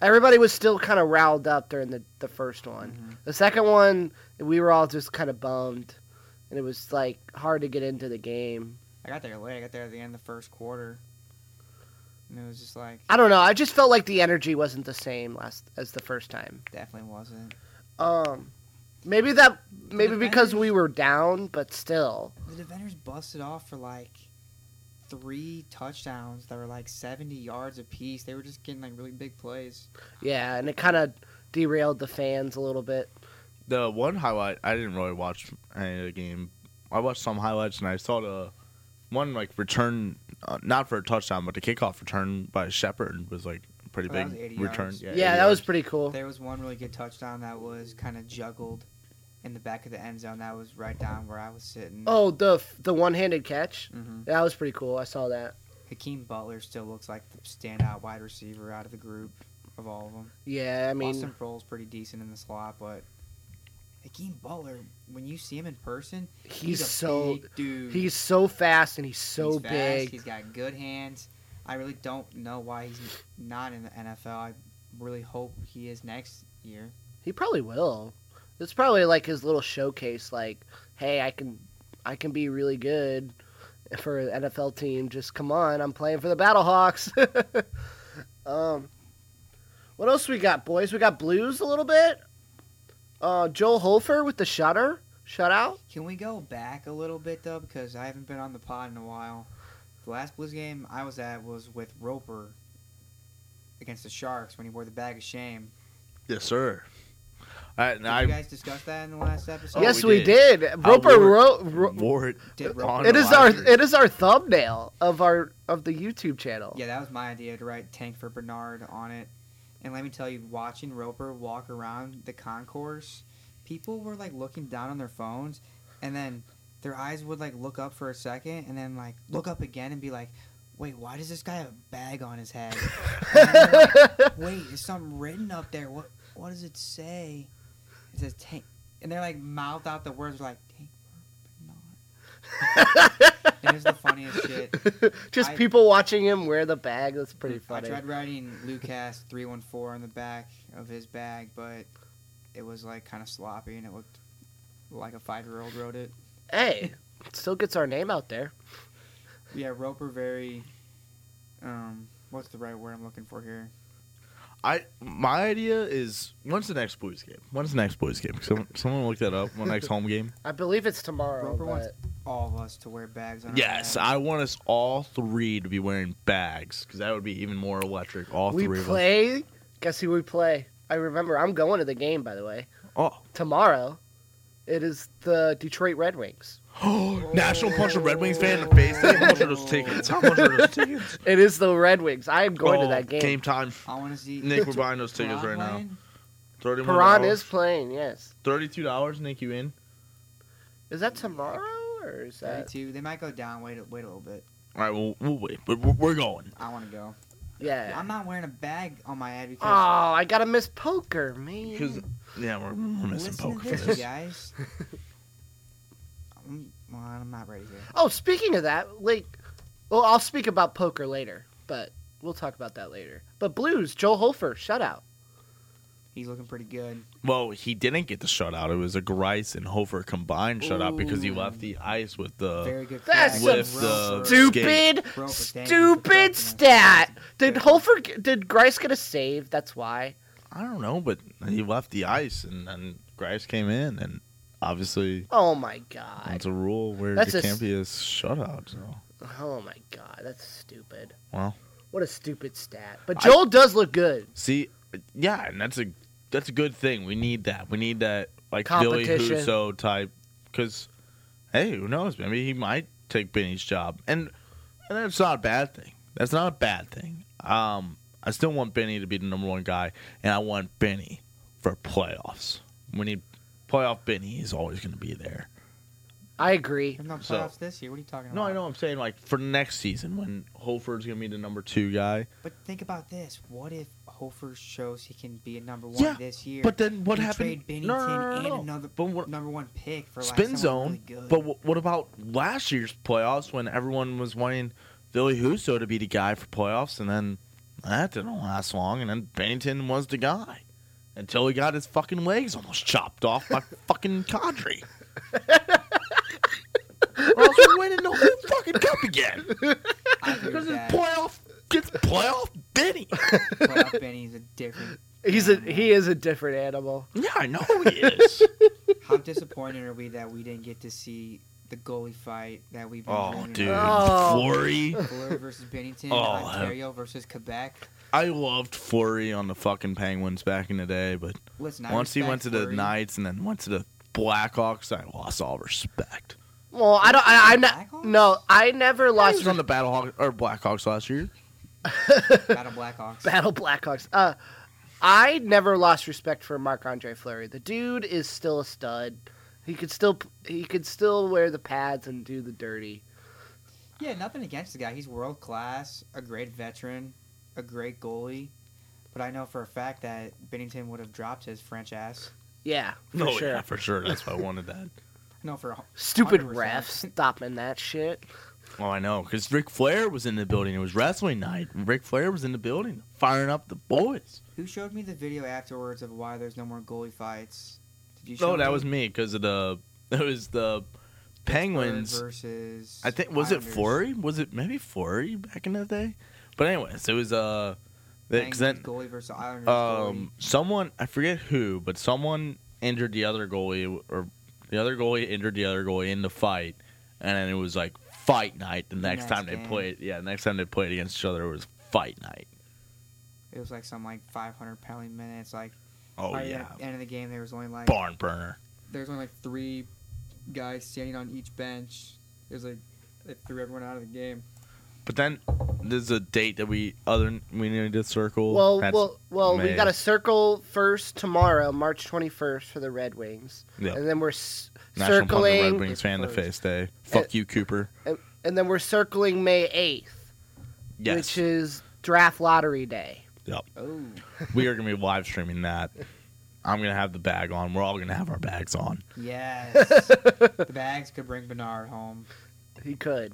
Speaker 3: Everybody was still kind of riled up during the, the first one.
Speaker 1: Mhm.
Speaker 3: The second one, we were all just kind of bummed. And it was like hard to get into the game.
Speaker 1: I got there late. I got there at the end of the first quarter, and it was just like
Speaker 3: I don't know. I just felt like the energy wasn't the same last as the first time.
Speaker 1: definitely wasn't.
Speaker 3: Um maybe that maybe
Speaker 1: The
Speaker 3: because
Speaker 1: Packers-
Speaker 3: we were down, but still.
Speaker 1: The defenders busted off for like three touchdowns that were like seventy yards apiece. They were just getting like really big plays.
Speaker 3: Yeah, and it kind of derailed the fans a little bit.
Speaker 2: The one highlight I didn't really watch any of the game. I watched some highlights, and I saw the one like return, uh, not for a touchdown, but the kickoff return by Shepard was like a pretty
Speaker 1: Oh, that was 80
Speaker 2: big return.
Speaker 1: yards.
Speaker 3: Yeah,
Speaker 2: 80
Speaker 3: that was
Speaker 2: yards.
Speaker 3: pretty cool.
Speaker 1: There was one really good touchdown that was kind of juggled in the back of the end zone. That was right down where I was sitting.
Speaker 3: Oh, the the one-handed catch.
Speaker 1: hmm
Speaker 3: That was pretty cool. I saw that.
Speaker 1: Hakeem Butler still looks like the standout wide receiver out of the group of all of them.
Speaker 3: Yeah, I mean
Speaker 1: Austin Prohl's pretty decent in the slot, but Hakeem Butler, when you see him in person,
Speaker 3: he's,
Speaker 1: he's, a
Speaker 3: so
Speaker 1: big dude.
Speaker 3: he's so fast and he's
Speaker 1: He's
Speaker 3: so
Speaker 1: fast,
Speaker 3: big.
Speaker 1: He's got good hands. I really don't know why he's not in the NFL. I really hope he is next year.
Speaker 3: He probably will. It's probably like his little showcase. Like, hey, I can, I can be really good for an NFL team. Just come on, I'm playing for the Battlehawks. um, what else we got, boys? We got Blues a little bit. Uh, Joel Holfer with the shutter shutout.
Speaker 1: Can we go back a little bit though, because I haven't been on the pod in a while. The last Blues game I was at was with Roper against the Sharks when he wore the bag of shame.
Speaker 2: yes, sir. I, and
Speaker 1: Did
Speaker 2: I
Speaker 1: you guys discuss that in the last episode?
Speaker 2: Oh,
Speaker 3: yes,
Speaker 2: we
Speaker 3: we, did. Roper
Speaker 2: we were-
Speaker 3: wrote. Ro-
Speaker 2: wore it.
Speaker 1: Did
Speaker 2: on
Speaker 1: Roper-
Speaker 3: it
Speaker 2: the
Speaker 3: is our
Speaker 2: line.
Speaker 3: it is our thumbnail of our of the YouTube channel.
Speaker 1: Yeah, that was my idea to write Tank for Bernard on it. And let me tell you, watching Roper walk around the concourse, people were like looking down on their phones and then their eyes would like look up for a second and then like look up again and be like, Wait, why does this guy have a bag on his head? And then they're like, Wait, there's something written up there. What what does it say? It says tank and they're like mouth out the words like tank for Bernard. it was the funniest shit.
Speaker 3: just
Speaker 1: I-
Speaker 3: people watching him wear the bag. That's pretty
Speaker 1: I
Speaker 3: funny.
Speaker 1: tried writing Lucas three one four on the back of his bag, but it was like kind of sloppy, and it looked like a five year old wrote it.
Speaker 3: Hey, it still gets our name out there.
Speaker 1: Yeah, Roper very. Um, what's the right word I'm looking for here?
Speaker 2: I my idea is when's the next Blues game? When's the next Blues game? Someone, someone look that up. When next home game?
Speaker 3: I believe it's tomorrow.
Speaker 1: Roper
Speaker 3: but-
Speaker 1: wants all of us to wear bags on. our
Speaker 2: Yes,
Speaker 1: backs.
Speaker 2: I want us all three to be wearing bags because that would be even more electric. All
Speaker 3: we
Speaker 2: three
Speaker 3: play. Guess who we play? I remember. I'm going to the game by the way
Speaker 2: of us.
Speaker 3: tomorrow. It is the Detroit Red Wings.
Speaker 2: Oh, national punch a Red Wings fan in the face. How much are those tickets? How much are those tickets?
Speaker 3: It is the Red Wings. I am going
Speaker 2: oh,
Speaker 3: to that game.
Speaker 2: Game time.
Speaker 1: I want to see
Speaker 2: Nick, we're buying those tickets right now.
Speaker 1: Piranha?
Speaker 2: Thirty-one.
Speaker 3: Perron is playing. Yes.
Speaker 2: thirty-two dollars. Nick, you in?
Speaker 3: Is that tomorrow or is that?
Speaker 1: Thirty-two. They might go down. Wait, a- wait a little bit.
Speaker 2: All right, well, we'll wait, but we're, we're going.
Speaker 1: I want to go.
Speaker 3: Yeah.
Speaker 1: I'm not wearing a bag on my head
Speaker 3: Oh,
Speaker 1: because.
Speaker 2: Ah,
Speaker 3: I gotta miss poker,
Speaker 2: Because
Speaker 3: man.
Speaker 2: yeah, we're, we're missing
Speaker 1: Listen to
Speaker 2: poker for
Speaker 1: this,
Speaker 2: this.
Speaker 1: guys. I'm, well, I'm not ready here.
Speaker 3: Oh, speaking of that, like, well, I'll speak about poker later, but we'll talk about that later. But Blues, Joel Holfer, shutout.
Speaker 1: He's looking pretty good.
Speaker 2: Well, he didn't get the shutout. It was a Grice and Hofer combined shutout because he
Speaker 1: Ooh.
Speaker 2: left the ice with the.
Speaker 1: Very good. uh,
Speaker 3: That's
Speaker 1: flag.
Speaker 2: some With the
Speaker 1: Roper, thank
Speaker 3: Stupid,
Speaker 1: you for correcting
Speaker 3: stupid
Speaker 1: us.
Speaker 3: stat. Did
Speaker 1: Yeah.
Speaker 3: Holfer? Did Grice get a save? That's why.
Speaker 2: I don't know, but
Speaker 3: Mm.
Speaker 2: he left the ice, and then Grice came in, and obviously
Speaker 3: Oh my god.
Speaker 2: that's a rule where
Speaker 3: That's
Speaker 2: there
Speaker 3: a
Speaker 2: can't be a shutout. So.
Speaker 3: Oh my god. That's stupid.
Speaker 2: Well.
Speaker 3: What a stupid stat. But
Speaker 2: I-
Speaker 3: Joel does look good.
Speaker 2: See, yeah, and that's a that's a good thing. We need that. We need that like Billy
Speaker 3: Competition.
Speaker 2: Huso type. Because hey, who knows? Maybe he might take Benny's job, and and that's not a bad thing. That's not a bad thing. Um, I still want Benny to be the number one guy, and I want Benny for playoffs. We need playoff Benny. He's always going to be there.
Speaker 3: I agree.
Speaker 1: I'm not
Speaker 2: So-
Speaker 1: playoffs this year. What are you talking
Speaker 2: No,
Speaker 1: about?
Speaker 2: I know. I'm saying like for next season when Holford's going to be the number two guy.
Speaker 1: But think about this: what if Hofer shows he can be a number one
Speaker 2: Yeah,
Speaker 1: this year?
Speaker 2: But then what
Speaker 1: You
Speaker 2: happened?
Speaker 1: Trade Bennington
Speaker 2: No, no, no, no,
Speaker 1: and
Speaker 2: no.
Speaker 1: another
Speaker 2: But what-
Speaker 1: number one pick for like
Speaker 2: spin
Speaker 1: someone
Speaker 2: zone.
Speaker 1: Really good.
Speaker 2: But wh- what about last year's playoffs when everyone was wanting Billy Huso to be the guy for playoffs, and then that didn't last long, and then Bennington was the guy until he got his fucking legs almost chopped off by fucking Cadre. or else we're winning the whole fucking cup again
Speaker 1: I agree
Speaker 2: because
Speaker 1: with
Speaker 2: it's
Speaker 1: that.
Speaker 2: playoff. It's playoff Benny.
Speaker 1: playoff Benny's a different.
Speaker 3: He's a he is a different animal.
Speaker 2: Yeah, I know he is.
Speaker 1: How disappointed are we that we didn't get to see the goalie fight that we've been
Speaker 2: Oh,
Speaker 1: dreaming
Speaker 2: dude,
Speaker 1: about?
Speaker 3: Oh.
Speaker 2: Flurry.
Speaker 1: Fleur versus Bennington,
Speaker 2: Oh,
Speaker 1: Ontario versus Quebec.
Speaker 2: I loved Flurry on the fucking Penguins back in the day, but
Speaker 1: Listen, I
Speaker 2: Once he went to
Speaker 1: respect
Speaker 2: the
Speaker 1: Fleury.
Speaker 2: Knights and then went to the Blackhawks, I lost all respect.
Speaker 3: Well, I don't. I, I'm
Speaker 1: Blackhawks?
Speaker 3: not. No, I never
Speaker 2: Lost
Speaker 3: lost
Speaker 2: was on the Battlehawk or Blackhawks last year.
Speaker 1: Battle Blackhawks.
Speaker 3: Battle Blackhawks. Uh, I never lost respect for Marc Andre Fleury. The dude is still a stud. He could still he could still wear the pads and do the dirty.
Speaker 1: Yeah, nothing against the guy. He's world class, a great veteran, a great goalie. But I know for a fact that Bennington would have dropped his French ass.
Speaker 3: Yeah, for
Speaker 2: Oh,
Speaker 3: sure.
Speaker 2: yeah, for sure. That's why I wanted that.
Speaker 1: I know for a
Speaker 3: Stupid
Speaker 1: 100%.
Speaker 3: refs stopping that shit.
Speaker 2: Oh, I know, because Ric Flair was in the building. It was wrestling night. Ric Flair was in the building, firing up the boys.
Speaker 1: Who showed me the video afterwards of why there's no more goalie fights? Did you
Speaker 2: No,
Speaker 1: me?
Speaker 2: that was me because of the. It was the Penguins.
Speaker 1: Pittsburgh versus.
Speaker 2: I think was it
Speaker 1: Islanders.
Speaker 2: Flurry? Was it maybe Flurry back in the day? But anyways, it was uh, the, 'cause
Speaker 1: Penguins
Speaker 2: then-
Speaker 1: goalie versus Islanders. goalie.
Speaker 2: Um, someone I forget who, but someone injured the other goalie, or the other goalie injured the other goalie in the fight, and then it was like fight night. The next,
Speaker 1: Next
Speaker 2: time they
Speaker 1: game.
Speaker 2: played, yeah, next time they played against each other it was fight night.
Speaker 1: It was like some like 500 penalty minutes. Like
Speaker 2: Oh
Speaker 1: by
Speaker 2: yeah,
Speaker 1: the end of the game, there was only like
Speaker 2: barn burner.
Speaker 1: there was only like three guys standing on each bench. It was like they threw everyone out of the game.
Speaker 2: But then there's a date that we other we need to circle.
Speaker 3: Well,
Speaker 2: That's-
Speaker 3: well, well.
Speaker 2: May.
Speaker 3: We've got a circle first tomorrow, March twenty first, for the Red Wings,
Speaker 2: Yep.
Speaker 3: and then we're s-
Speaker 2: National Punk and Red
Speaker 3: circling,
Speaker 2: Wings fan to
Speaker 1: first.
Speaker 2: face day. Fuck you, Cooper.
Speaker 3: and then we're circling May eighth,
Speaker 2: Yes,
Speaker 3: which is draft lottery day.
Speaker 1: Oh,
Speaker 2: we are gonna be live streaming that. I'm gonna have the bag on. We're all gonna have our bags on.
Speaker 1: yes. the bags could bring Bernard home.
Speaker 3: He could.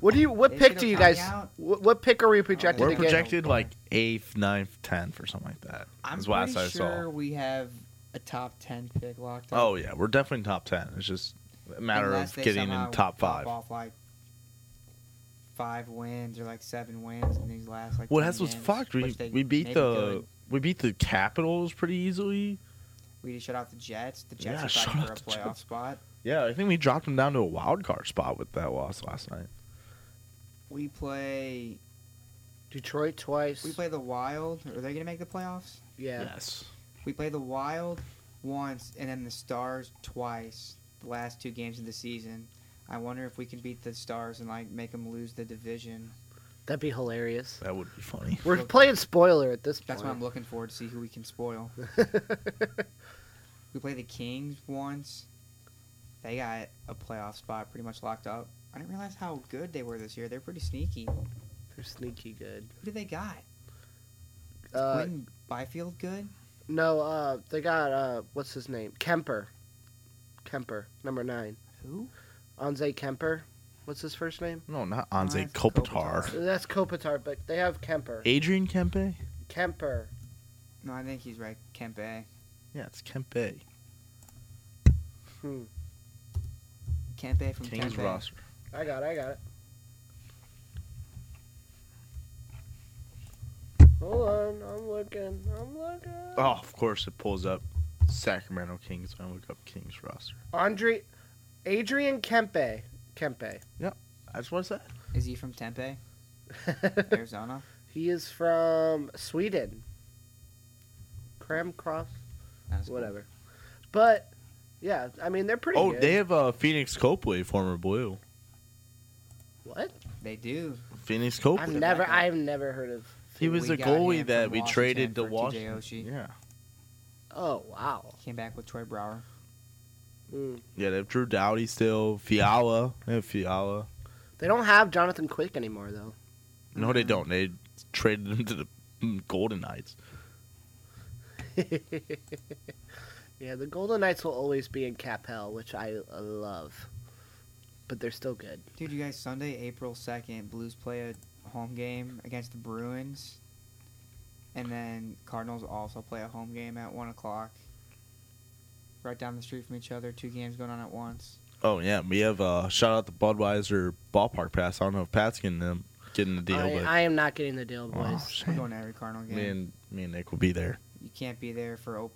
Speaker 3: What do you? What
Speaker 1: Is
Speaker 3: pick
Speaker 1: it
Speaker 3: do
Speaker 1: a
Speaker 3: you guys?
Speaker 1: tryout?
Speaker 3: What, what pick are we projected
Speaker 2: We're
Speaker 3: to get?
Speaker 2: projected like eighth, ninth, tenth, or something like that.
Speaker 1: I'm
Speaker 2: That's
Speaker 1: pretty
Speaker 2: what I
Speaker 1: sure
Speaker 2: saw.
Speaker 1: we have a top 10 pick locked up.
Speaker 2: Oh yeah, we're definitely top ten. It's just a matter
Speaker 1: Unless
Speaker 2: of
Speaker 1: they
Speaker 2: getting
Speaker 1: somehow
Speaker 2: in top
Speaker 1: pop
Speaker 2: five.
Speaker 1: Off like five wins or like seven wins in these last like.
Speaker 2: Well,
Speaker 1: 10
Speaker 2: that's what's
Speaker 1: games,
Speaker 2: fucked. We
Speaker 1: which they
Speaker 2: we beat
Speaker 1: maybe
Speaker 2: the
Speaker 1: could.
Speaker 2: we beat the Capitals pretty easily.
Speaker 1: We just shut out the Jets. The
Speaker 2: Yeah,
Speaker 1: Jets
Speaker 2: shut
Speaker 1: are fighting
Speaker 2: out
Speaker 1: for a
Speaker 2: the
Speaker 1: playoff
Speaker 2: Jets.
Speaker 1: spot.
Speaker 2: Yeah, I think we dropped them down to a wild card spot with that loss last night.
Speaker 1: We play.
Speaker 3: Detroit twice.
Speaker 1: We play the Wild. Are they gonna make the playoffs?
Speaker 3: yeah.
Speaker 2: Yes.
Speaker 1: We play the Wild once and then the Stars twice. The last two games of the season. I wonder if we can beat the Stars and like make them lose the division.
Speaker 3: that'd be hilarious.
Speaker 2: That would be funny.
Speaker 3: We're playing spoiler at this point.
Speaker 1: That's what I'm looking for to see who we can spoil. we play the Kings once. They got a playoff spot pretty much locked up. I didn't realize how good they were this year. They're pretty sneaky. Who
Speaker 3: They're sneaky good.
Speaker 1: do they got? Is
Speaker 3: Uh,
Speaker 1: Quinn Byfield good?
Speaker 3: no, uh, they got uh, what's his name? Kemper. Kemper, number nine.
Speaker 1: Who?
Speaker 3: Anze Kemper. What's his first name?
Speaker 2: No, not Anze
Speaker 1: that's
Speaker 2: Kopitar.
Speaker 1: Kopitar.
Speaker 3: That's Kopitar, but they have Kemper.
Speaker 2: Adrian Kempe.
Speaker 3: Kemper.
Speaker 1: No, I think he's right. Kempe.
Speaker 2: Yeah, it's Kempe.
Speaker 3: Hmm.
Speaker 1: Kempe from
Speaker 2: Kings
Speaker 1: Kempe.
Speaker 2: roster.
Speaker 3: I got it. I got it. Hold on, I'm looking. I'm looking.
Speaker 2: Oh, of course it pulls up Sacramento Kings. I look up Kings roster.
Speaker 3: Andre, Adrian Kempe. Kempe.
Speaker 2: That's what I said.
Speaker 1: Is he from Tempe, Arizona?
Speaker 3: he is from Sweden. Kramkross,
Speaker 1: Not as cool.
Speaker 3: whatever. But yeah, I mean they're pretty.
Speaker 2: Oh,
Speaker 3: good.
Speaker 2: they have uh, Phoenix Copley, former Blue.
Speaker 3: what?
Speaker 1: They do.
Speaker 2: Phoenix Copley.
Speaker 3: I've
Speaker 1: the
Speaker 3: never,
Speaker 1: backup.
Speaker 3: I've never heard of.
Speaker 2: He was
Speaker 1: We
Speaker 2: a
Speaker 1: got him
Speaker 2: goalie
Speaker 1: from
Speaker 2: that we
Speaker 1: Washington
Speaker 2: traded to
Speaker 1: for TJ
Speaker 2: Washington.
Speaker 1: Oshie.
Speaker 2: Yeah.
Speaker 3: Oh wow.
Speaker 1: Came back with Troy Brower.
Speaker 3: Mm.
Speaker 2: Yeah, they have Drew Dowdy still. Fiala. They have Fiala.
Speaker 3: They don't have Jonathan Quick anymore though.
Speaker 2: No, they
Speaker 1: Mhm.
Speaker 2: don't. They traded him to the mm, Golden Knights.
Speaker 3: yeah, the Golden Knights will always be in cap hell, which I uh, love. But they're still good.
Speaker 1: Dude, you guys, Sunday, April 2nd, Blues play a home game against the Bruins. And then Cardinals also play a home game at 1 o'clock. Right down the street from each other. Two games going on at once.
Speaker 2: Oh yeah, we have uh, shout out the Budweiser ballpark pass. I don't know if Pat's getting them getting the deal,
Speaker 1: Oh,
Speaker 3: I,
Speaker 2: but
Speaker 3: I am not getting the deal,
Speaker 2: Oh,
Speaker 3: boys.
Speaker 1: We're
Speaker 2: shit.
Speaker 1: going to every Cardinal game.
Speaker 2: me and me and Nick will be there.
Speaker 1: You can't be there for... Op-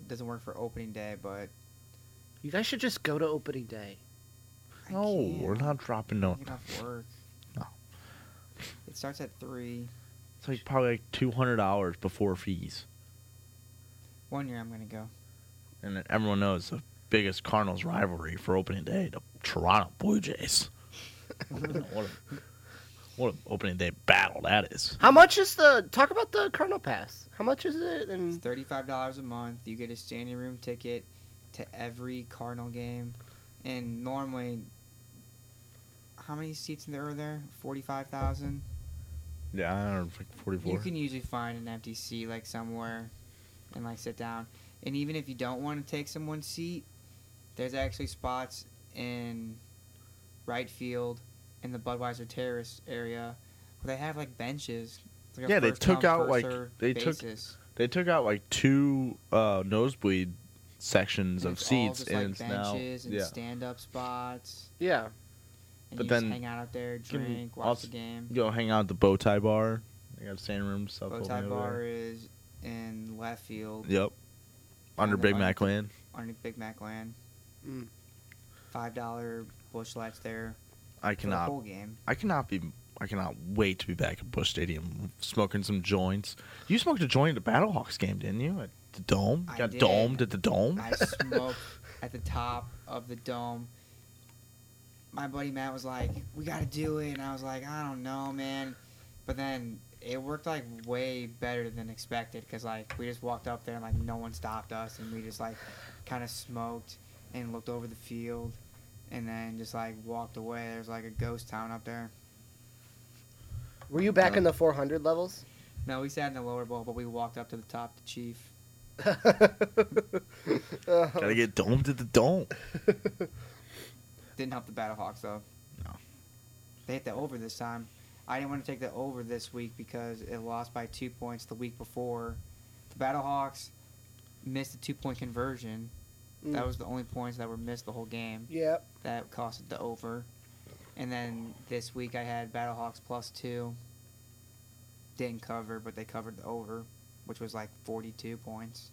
Speaker 1: it doesn't work for opening day, but...
Speaker 3: You guys should just go to opening day.
Speaker 1: I
Speaker 2: No,
Speaker 1: can't.
Speaker 2: we're not dropping no.
Speaker 1: I get off work.
Speaker 2: No.
Speaker 1: It starts at 3.
Speaker 2: It's like probably like two hundred hours before fees,
Speaker 1: One year I'm going to go.
Speaker 2: and then everyone knows the biggest Cardinals rivalry for opening day: the Toronto Blue Jays. what a what an opening day battle that is!
Speaker 3: How much is the talk about the Cardinal Pass? How much is it?
Speaker 1: It's
Speaker 3: And
Speaker 1: thirty-five dollars a month. You get a standing room ticket to every Cardinal game, and normally, how many seats there are there? Forty-five thousand.
Speaker 2: Yeah, I don't know, like
Speaker 1: You
Speaker 2: forty-four.
Speaker 1: can usually find an empty seat like somewhere, and like sit down. And even if you don't want to take someone's seat, there's actually spots in right field in the Budweiser Terrace area where they have like benches. It's like a
Speaker 2: Yeah, they
Speaker 1: first
Speaker 2: took
Speaker 1: come,
Speaker 2: out,
Speaker 1: first
Speaker 2: like-
Speaker 1: served
Speaker 2: they took-
Speaker 1: basis.
Speaker 2: They took out like two uh, nosebleed sections
Speaker 1: And
Speaker 2: of
Speaker 1: it's all
Speaker 2: seats,
Speaker 1: just,
Speaker 2: and
Speaker 1: like,
Speaker 2: it's now
Speaker 1: benches and
Speaker 2: yeah.
Speaker 1: stand-up spots.
Speaker 3: yeah,
Speaker 1: And
Speaker 2: But
Speaker 1: you
Speaker 2: then-
Speaker 1: just hang out out there,
Speaker 2: Can
Speaker 1: drink, watch
Speaker 2: also-
Speaker 1: the game.
Speaker 2: Go hang out at the bow tie bar. They got standing room stuff.
Speaker 1: Bow
Speaker 2: open
Speaker 1: tie
Speaker 2: over
Speaker 1: bar is in left field
Speaker 2: there. Yep. Under
Speaker 1: the
Speaker 2: Big
Speaker 1: bike.
Speaker 2: Mac land.
Speaker 1: underneath Big Mac Land.
Speaker 3: Mm.
Speaker 1: Five dollar bush lights there
Speaker 2: I
Speaker 1: for the
Speaker 2: cannot.
Speaker 1: whole game.
Speaker 2: I cannot be. I cannot wait to be back at Bush Stadium smoking some joints. You smoked a joint at the Battlehawks game, didn't you? At the dome.
Speaker 1: I
Speaker 2: Got
Speaker 1: did.
Speaker 2: domed at the dome.
Speaker 1: I smoked at the top of the dome. My buddy Matt was like, "We got to do it," and I was like, "I don't know, man." But then it worked like way better than expected because like we just walked up there and like no one stopped us, and we just like kind of smoked and looked over the field, and then just like walked away. There's like a ghost town up there.
Speaker 3: were you back
Speaker 2: No.
Speaker 3: in the 400 levels?
Speaker 1: No, we sat in the lower bowl, but we walked up to the top to Chief.
Speaker 3: Uh,
Speaker 2: Gotta get domed at the dome.
Speaker 1: Didn't help the Battlehawks though.
Speaker 2: No.
Speaker 1: They hit the over this time. I didn't want to take the over this week because it lost by two points the week before. The Battlehawks missed the two point conversion. That
Speaker 3: Mm.
Speaker 1: was the only points that were missed the whole game.
Speaker 3: yeah.
Speaker 1: That costed the over. And then this week I had Battlehawks plus two. Didn't cover, but they covered the over, which was like 42 points.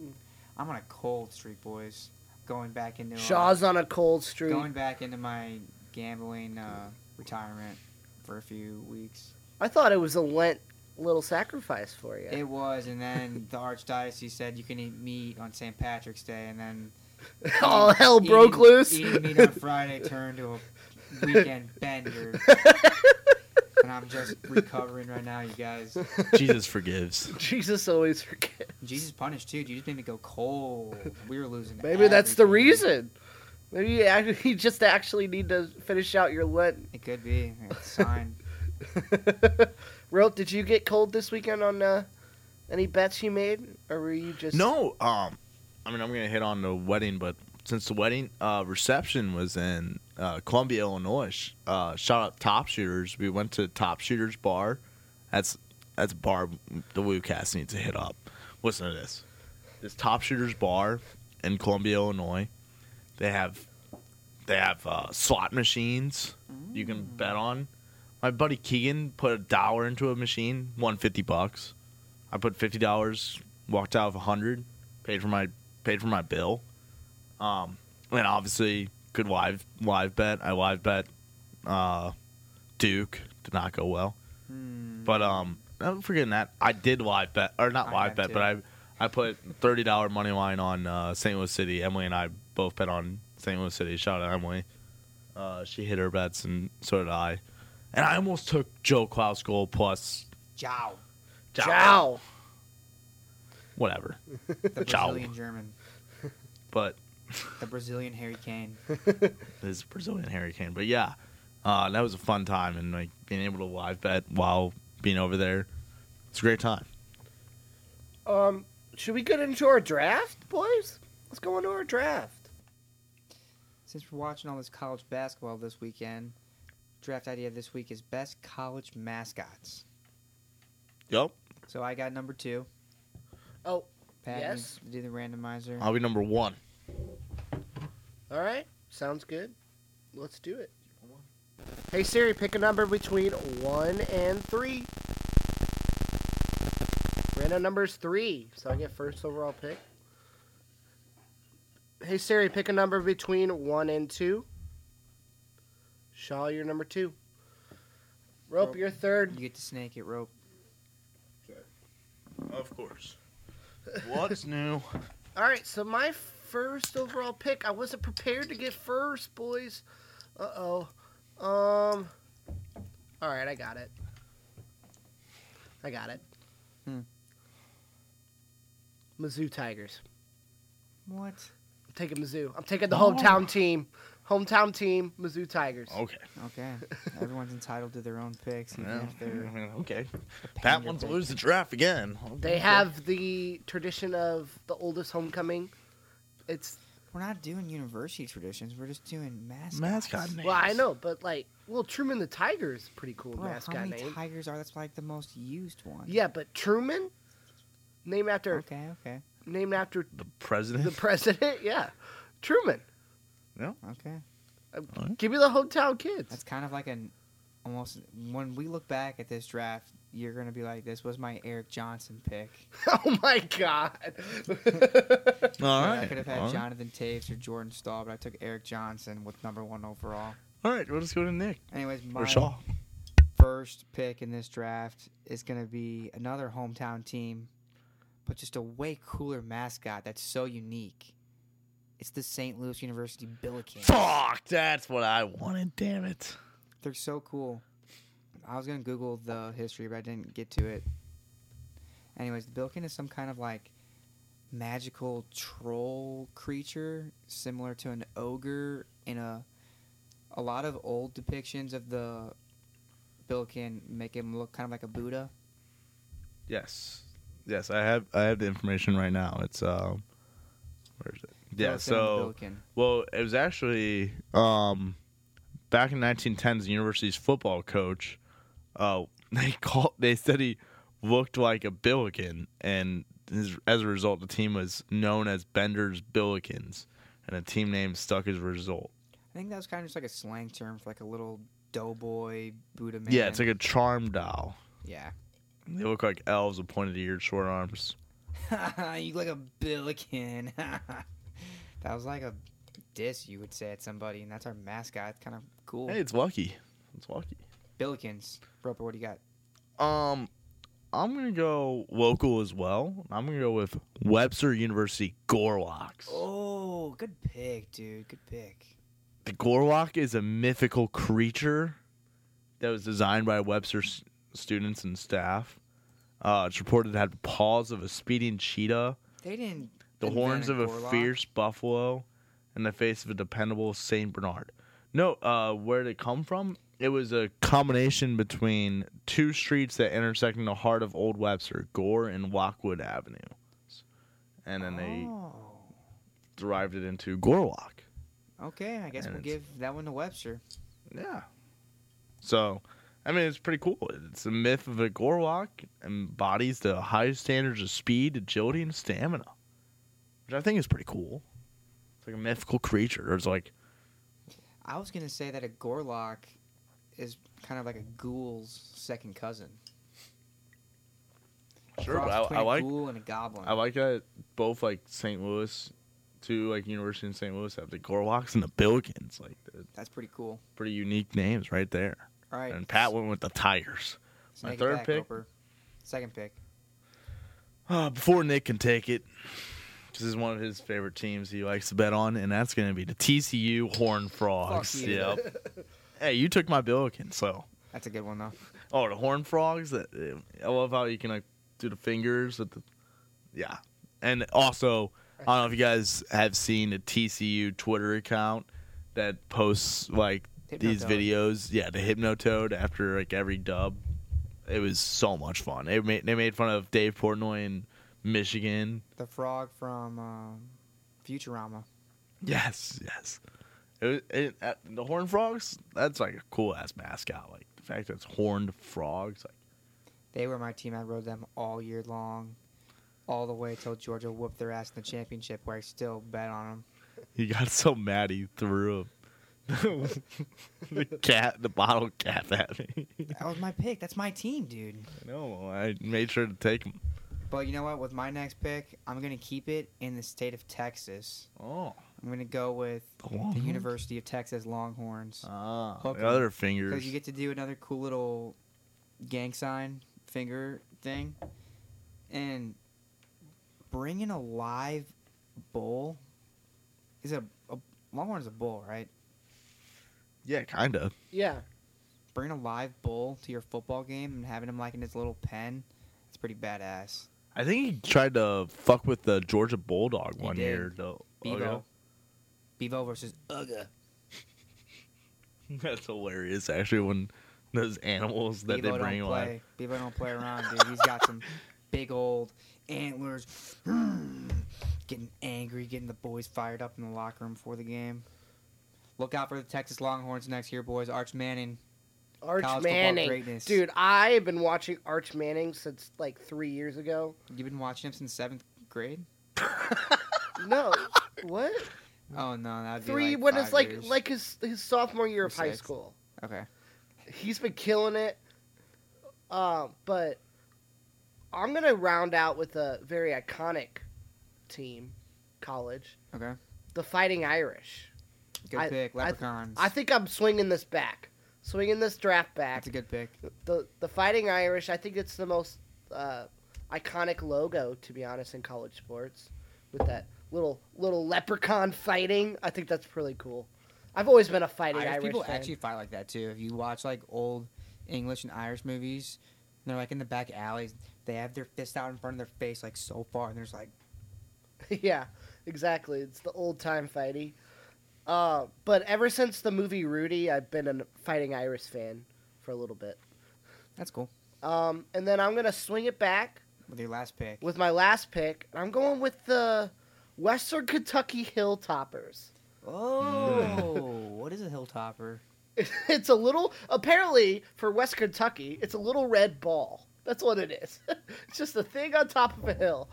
Speaker 3: Mm.
Speaker 1: I'm on a cold streak, boys. Going back into uh,
Speaker 3: Shaw's on a cold streak.
Speaker 1: going back into my gambling uh, retirement for a few weeks.
Speaker 3: I thought it was a Lent little sacrifice for you.
Speaker 1: It was, and then the archdiocese said you can eat meat on St. Patrick's Day, and then
Speaker 3: All
Speaker 1: eating-
Speaker 3: Oh, hell broke
Speaker 1: eating-
Speaker 3: loose.
Speaker 1: Eating meat on Friday turned to a weekend bender, and I'm just recovering right now, you guys.
Speaker 2: Jesus forgives.
Speaker 3: Jesus always forget.
Speaker 1: Jesus punished too. You just made me go cold. We were losing.
Speaker 3: Maybe that's the
Speaker 1: everything.
Speaker 3: reason. Maybe you, act- you just actually need to finish out your Lent.
Speaker 1: It could be. It's a sign.
Speaker 3: Rope, did you get cold this weekend on uh, any bets you made, or were you just
Speaker 2: No, um, I mean, I'm gonna hit on the wedding, but since the wedding uh, reception was in uh, Columbia, Illinois, sh- uh, shout out Top Shooters. We went to Top Shooters Bar. That's that's a bar the WooCast needs to hit up. Listen to this. This Top Shooters Bar in Columbia, Illinois. They have they have uh, slot machines you can bet on. My buddy Keegan put a dollar into a machine, won fifty bucks. I put fifty dollars, walked out with a hundred, paid for my paid for my bill. Um, and obviously, good live live bet. I live bet uh, Duke did not go well,
Speaker 1: Hmm.
Speaker 2: but um, I'm forgetting that I did live bet or not
Speaker 1: I
Speaker 2: live
Speaker 1: have
Speaker 2: bet,
Speaker 1: too.
Speaker 2: but I I put thirty dollar money line on uh, St. Louis City. Emily and I both bet on St. Louis City. Shout out Emily. Uh, she hit her bets and so did I. And I almost took Joe Klaus goal plus
Speaker 1: Jow.
Speaker 3: Ciao.
Speaker 2: whatever.
Speaker 1: The
Speaker 2: Jow.
Speaker 1: Brazilian German.
Speaker 2: But
Speaker 1: The Brazilian Harry Kane.
Speaker 2: this Brazilian hurricane. But yeah, uh, that was a fun time and like being able to live bet while being over there. It's a great time.
Speaker 3: Um, should we get into our draft, boys? Let's go into our draft.
Speaker 1: Since we're watching all this college basketball this weekend, draft idea this week is best college mascots.
Speaker 2: Yep.
Speaker 1: So I got number two.
Speaker 3: Oh,
Speaker 1: Pat, you
Speaker 3: Yes.
Speaker 1: do the randomizer.
Speaker 2: I'll be number one.
Speaker 3: all right. Sounds good. Let's do it. Hey Siri, pick a number between one and three. Random number's three, so I get first overall pick. Hey Siri, pick a number between one and two. Shaw, you're number two. Rope,
Speaker 1: Rope.
Speaker 3: you're third.
Speaker 1: You get to snake it, rope.
Speaker 2: Of course. What's new?
Speaker 3: All right, so my first overall pick, I wasn't prepared to get first, boys. Uh oh. Um. All right, I got it. I got it.
Speaker 1: Hmm.
Speaker 3: Mizzou Tigers.
Speaker 1: What?
Speaker 3: I'm taking Mizzou. I'm taking the
Speaker 2: Oh.
Speaker 3: hometown team. Hometown team, Mizzou Tigers.
Speaker 2: Okay.
Speaker 1: Okay. Everyone's entitled to their own picks, even
Speaker 2: Yeah.
Speaker 1: if they're a
Speaker 2: Okay. Pat
Speaker 1: pander
Speaker 2: wants to
Speaker 1: pick.
Speaker 2: lose the draft again.
Speaker 3: They have the tradition of the oldest homecoming. It's
Speaker 1: We're not doing university traditions. We're just doing mascots.
Speaker 2: mascot names.
Speaker 3: well, I know, but like, well, Truman the Tiger is a pretty cool
Speaker 1: Bro,
Speaker 3: mascot
Speaker 1: how many
Speaker 3: name.
Speaker 1: tigers are? That's like the most used one.
Speaker 3: Yeah, but Truman, named after
Speaker 1: Okay. Okay.
Speaker 3: named after
Speaker 2: The
Speaker 3: the
Speaker 2: president.
Speaker 3: president. Yeah, Truman.
Speaker 1: Okay.
Speaker 3: Give me the hometown kids.
Speaker 1: That's kind of like an almost when we look back at this draft, you're gonna be like, "This was my Eric Johnson pick."
Speaker 3: oh my god.
Speaker 2: All
Speaker 1: Like,
Speaker 2: right.
Speaker 1: I could have
Speaker 2: All
Speaker 1: had
Speaker 2: right.
Speaker 1: Jonathan Taves or Jordan Stahl, but I took Eric Johnson with number one overall.
Speaker 2: All right. We'll just go to Nick
Speaker 1: Anyways,
Speaker 2: or
Speaker 1: my
Speaker 2: Shaw.
Speaker 1: first pick in this draft is gonna be another hometown team, but just a way cooler mascot that's so unique. It's the St. Louis University Billikens.
Speaker 2: Fuck. That's what I wanted. Damn it.
Speaker 1: They're so cool. I was gonna Google the history, but I didn't get to it. Anyways, the Bilkin is some kind of like magical troll creature, similar to an ogre in a a lot of old depictions of the Bilkin make him look kind of like a Buddha.
Speaker 2: Yes. Yes, I have. I have the information right now. It's um, where is it? Yeah.
Speaker 1: Billiken,
Speaker 2: So.
Speaker 1: Billiken.
Speaker 2: Well, it was actually um, back in 1910s. The university's football coach, uh, they called. They said he looked like a Billiken, and his, as a result, the team was known as Bender's Billikens, and the team name stuck as a result.
Speaker 1: I think that was kind of just like a slang term for like a little doughboy Buddha man.
Speaker 2: Yeah, it's like a charm doll.
Speaker 1: yeah.
Speaker 2: They look like elves with pointed ears, short arms.
Speaker 1: you look like a billiken. that was like a diss you would say at somebody, and that's our mascot. It's kind of cool.
Speaker 2: Hey, it's lucky. It's lucky.
Speaker 1: Billikens. Roper, what do you got?
Speaker 2: Um, I'm gonna go local as well. I'm gonna go with Webster University Gorlocks.
Speaker 1: Oh, good pick, dude. Good pick.
Speaker 2: The Gorlock is a mythical creature that was designed by Webster's students and staff. Uh, it's reported to have the paws of a speeding cheetah,
Speaker 1: They didn't.
Speaker 2: the
Speaker 1: invent
Speaker 2: horns of a
Speaker 1: Gorlock.
Speaker 2: fierce buffalo, and the face of a dependable Saint Bernard. No, uh, where did it come from? It was a combination between two streets that intersect in the heart of Old Webster, Gore and Lockwood Avenue, and then they
Speaker 1: Oh.
Speaker 2: derived it into Gorlock.
Speaker 1: Okay, I guess
Speaker 2: And
Speaker 1: we'll
Speaker 2: it's-
Speaker 1: give that one to Webster.
Speaker 2: Yeah. So, I mean, it's pretty cool. It's a myth of a Gorlock embodies the highest standards of speed, agility, and stamina, which I think is pretty cool. It's like a mythical creature. It's like
Speaker 1: I was gonna say that a Gorlock is kind of like a ghoul's second cousin.
Speaker 2: Sure, but
Speaker 1: Cross
Speaker 2: I- I
Speaker 1: between a
Speaker 2: like-
Speaker 1: ghoul and a goblin.
Speaker 2: I like that both like St. Louis, two like University in St. Louis have the Gorlocks and the Billikens. Like they're
Speaker 1: That's pretty cool.
Speaker 2: pretty unique names right there.
Speaker 1: All right.
Speaker 2: And Pat went with the Tigers.
Speaker 1: let's
Speaker 2: my
Speaker 1: make it
Speaker 2: third
Speaker 1: back,
Speaker 2: pick.
Speaker 1: Oprah. Second pick.
Speaker 2: Uh, before Nick can take it, this is one of his favorite teams he likes to bet on, and that's going to be the TCU Horn Frogs.
Speaker 1: you.
Speaker 2: Yep. hey, you took my Billiken, so.
Speaker 1: That's a good one though.
Speaker 2: Oh, the Horn Frogs. That eh, I love how you can like do the fingers with the. Yeah, and also I don't know if you guys have seen the TCU Twitter account that posts like these
Speaker 1: Hypnotoad.
Speaker 2: videos. Yeah, the Hypnotoad after like every dub. It was so much fun. They made they made fun of Dave Portnoy in Michigan.
Speaker 1: The frog from um, Futurama.
Speaker 2: Yes, yes. It, was- it, uh, the horned frogs. That's like a cool ass mascot. Like the fact that it's horned frogs. Like
Speaker 1: They were my team. I rode them all year long, all the way till Georgia whooped their ass in the championship, where I still bet on them.
Speaker 2: he got so mad he threw a, the cat, the bottle cap at me.
Speaker 1: That was my pick. That's my team, dude.
Speaker 2: I know. I made sure to take him.
Speaker 1: But you know what? With my next pick, I'm gonna keep it in the state of Texas.
Speaker 2: Oh,
Speaker 1: I'm gonna go with
Speaker 2: the
Speaker 1: the
Speaker 2: Longhorns?
Speaker 1: University of Texas Longhorns
Speaker 2: Ah,
Speaker 1: Hook
Speaker 2: the
Speaker 1: 'em.
Speaker 2: other
Speaker 1: because
Speaker 2: fingers.
Speaker 1: you get to do another cool little gang sign finger thing, and bringing a live bull is a, a Longhorn's a bull, right?
Speaker 2: yeah, kind of.
Speaker 3: Yeah.
Speaker 1: Bringing a live bull to your football game and having him like in his little pen, it's pretty badass.
Speaker 2: I think he tried to fuck with the Georgia Bulldog
Speaker 1: He
Speaker 2: one
Speaker 1: did.
Speaker 2: year though. Oh, yeah?
Speaker 1: Bevo, Bevo versus Uga.
Speaker 2: That's hilarious. Actually, when those animals that
Speaker 1: Bevo
Speaker 2: they bring
Speaker 1: don't
Speaker 2: alive.
Speaker 1: play. Bevo don't play around, dude. He's got some big old antlers. getting angry, getting the boys fired up in the locker room before the game. Look out for the Texas Longhorns next year, boys. Arch Manning.
Speaker 3: Arch
Speaker 1: College football
Speaker 3: Manning.
Speaker 1: greatness.
Speaker 3: Dude, I've been watching Arch Manning since like three years ago.
Speaker 1: You've been watching him since seventh grade.
Speaker 3: No. what?
Speaker 1: Oh no, that'd be
Speaker 3: Three
Speaker 1: Like
Speaker 3: when
Speaker 1: five
Speaker 3: it's like
Speaker 1: years.
Speaker 3: like his his sophomore year
Speaker 1: Or
Speaker 3: of high
Speaker 1: six.
Speaker 3: school.
Speaker 1: okay.
Speaker 3: He's been killing it. Uh, but I'm gonna round out with a very iconic team, college,
Speaker 1: Okay.
Speaker 3: the Fighting Irish.
Speaker 1: Good
Speaker 3: I-
Speaker 1: pick. Leprechauns.
Speaker 3: I think I'm swinging this back, swinging this draft back.
Speaker 1: that's a good pick.
Speaker 3: the the Fighting Irish. I think it's the most uh, iconic logo, to be honest, in college sports, with that little little leprechaun fighting. I think that's really cool. I've always been a Fighting
Speaker 1: Irish,
Speaker 3: Irish,
Speaker 1: people
Speaker 3: fan.
Speaker 1: actually fight like that too. If you watch like old English and Irish movies, and they're like in the back alleys, they have their fist out in front of their face like so far, and there's like
Speaker 3: yeah, exactly. It's the old time fighty. Uh, but ever since the movie Rudy, I've been a Fighting Irish fan for a little bit.
Speaker 1: that's cool.
Speaker 3: Um, and then I'm gonna swing it back
Speaker 1: With your last pick,
Speaker 3: with my last pick. I'm going with the Western Kentucky Hilltoppers.
Speaker 1: oh, what is a hilltopper?
Speaker 3: It's a little apparently for West Kentucky. It's a little red ball. That's what it is. it's just a thing on top of a hill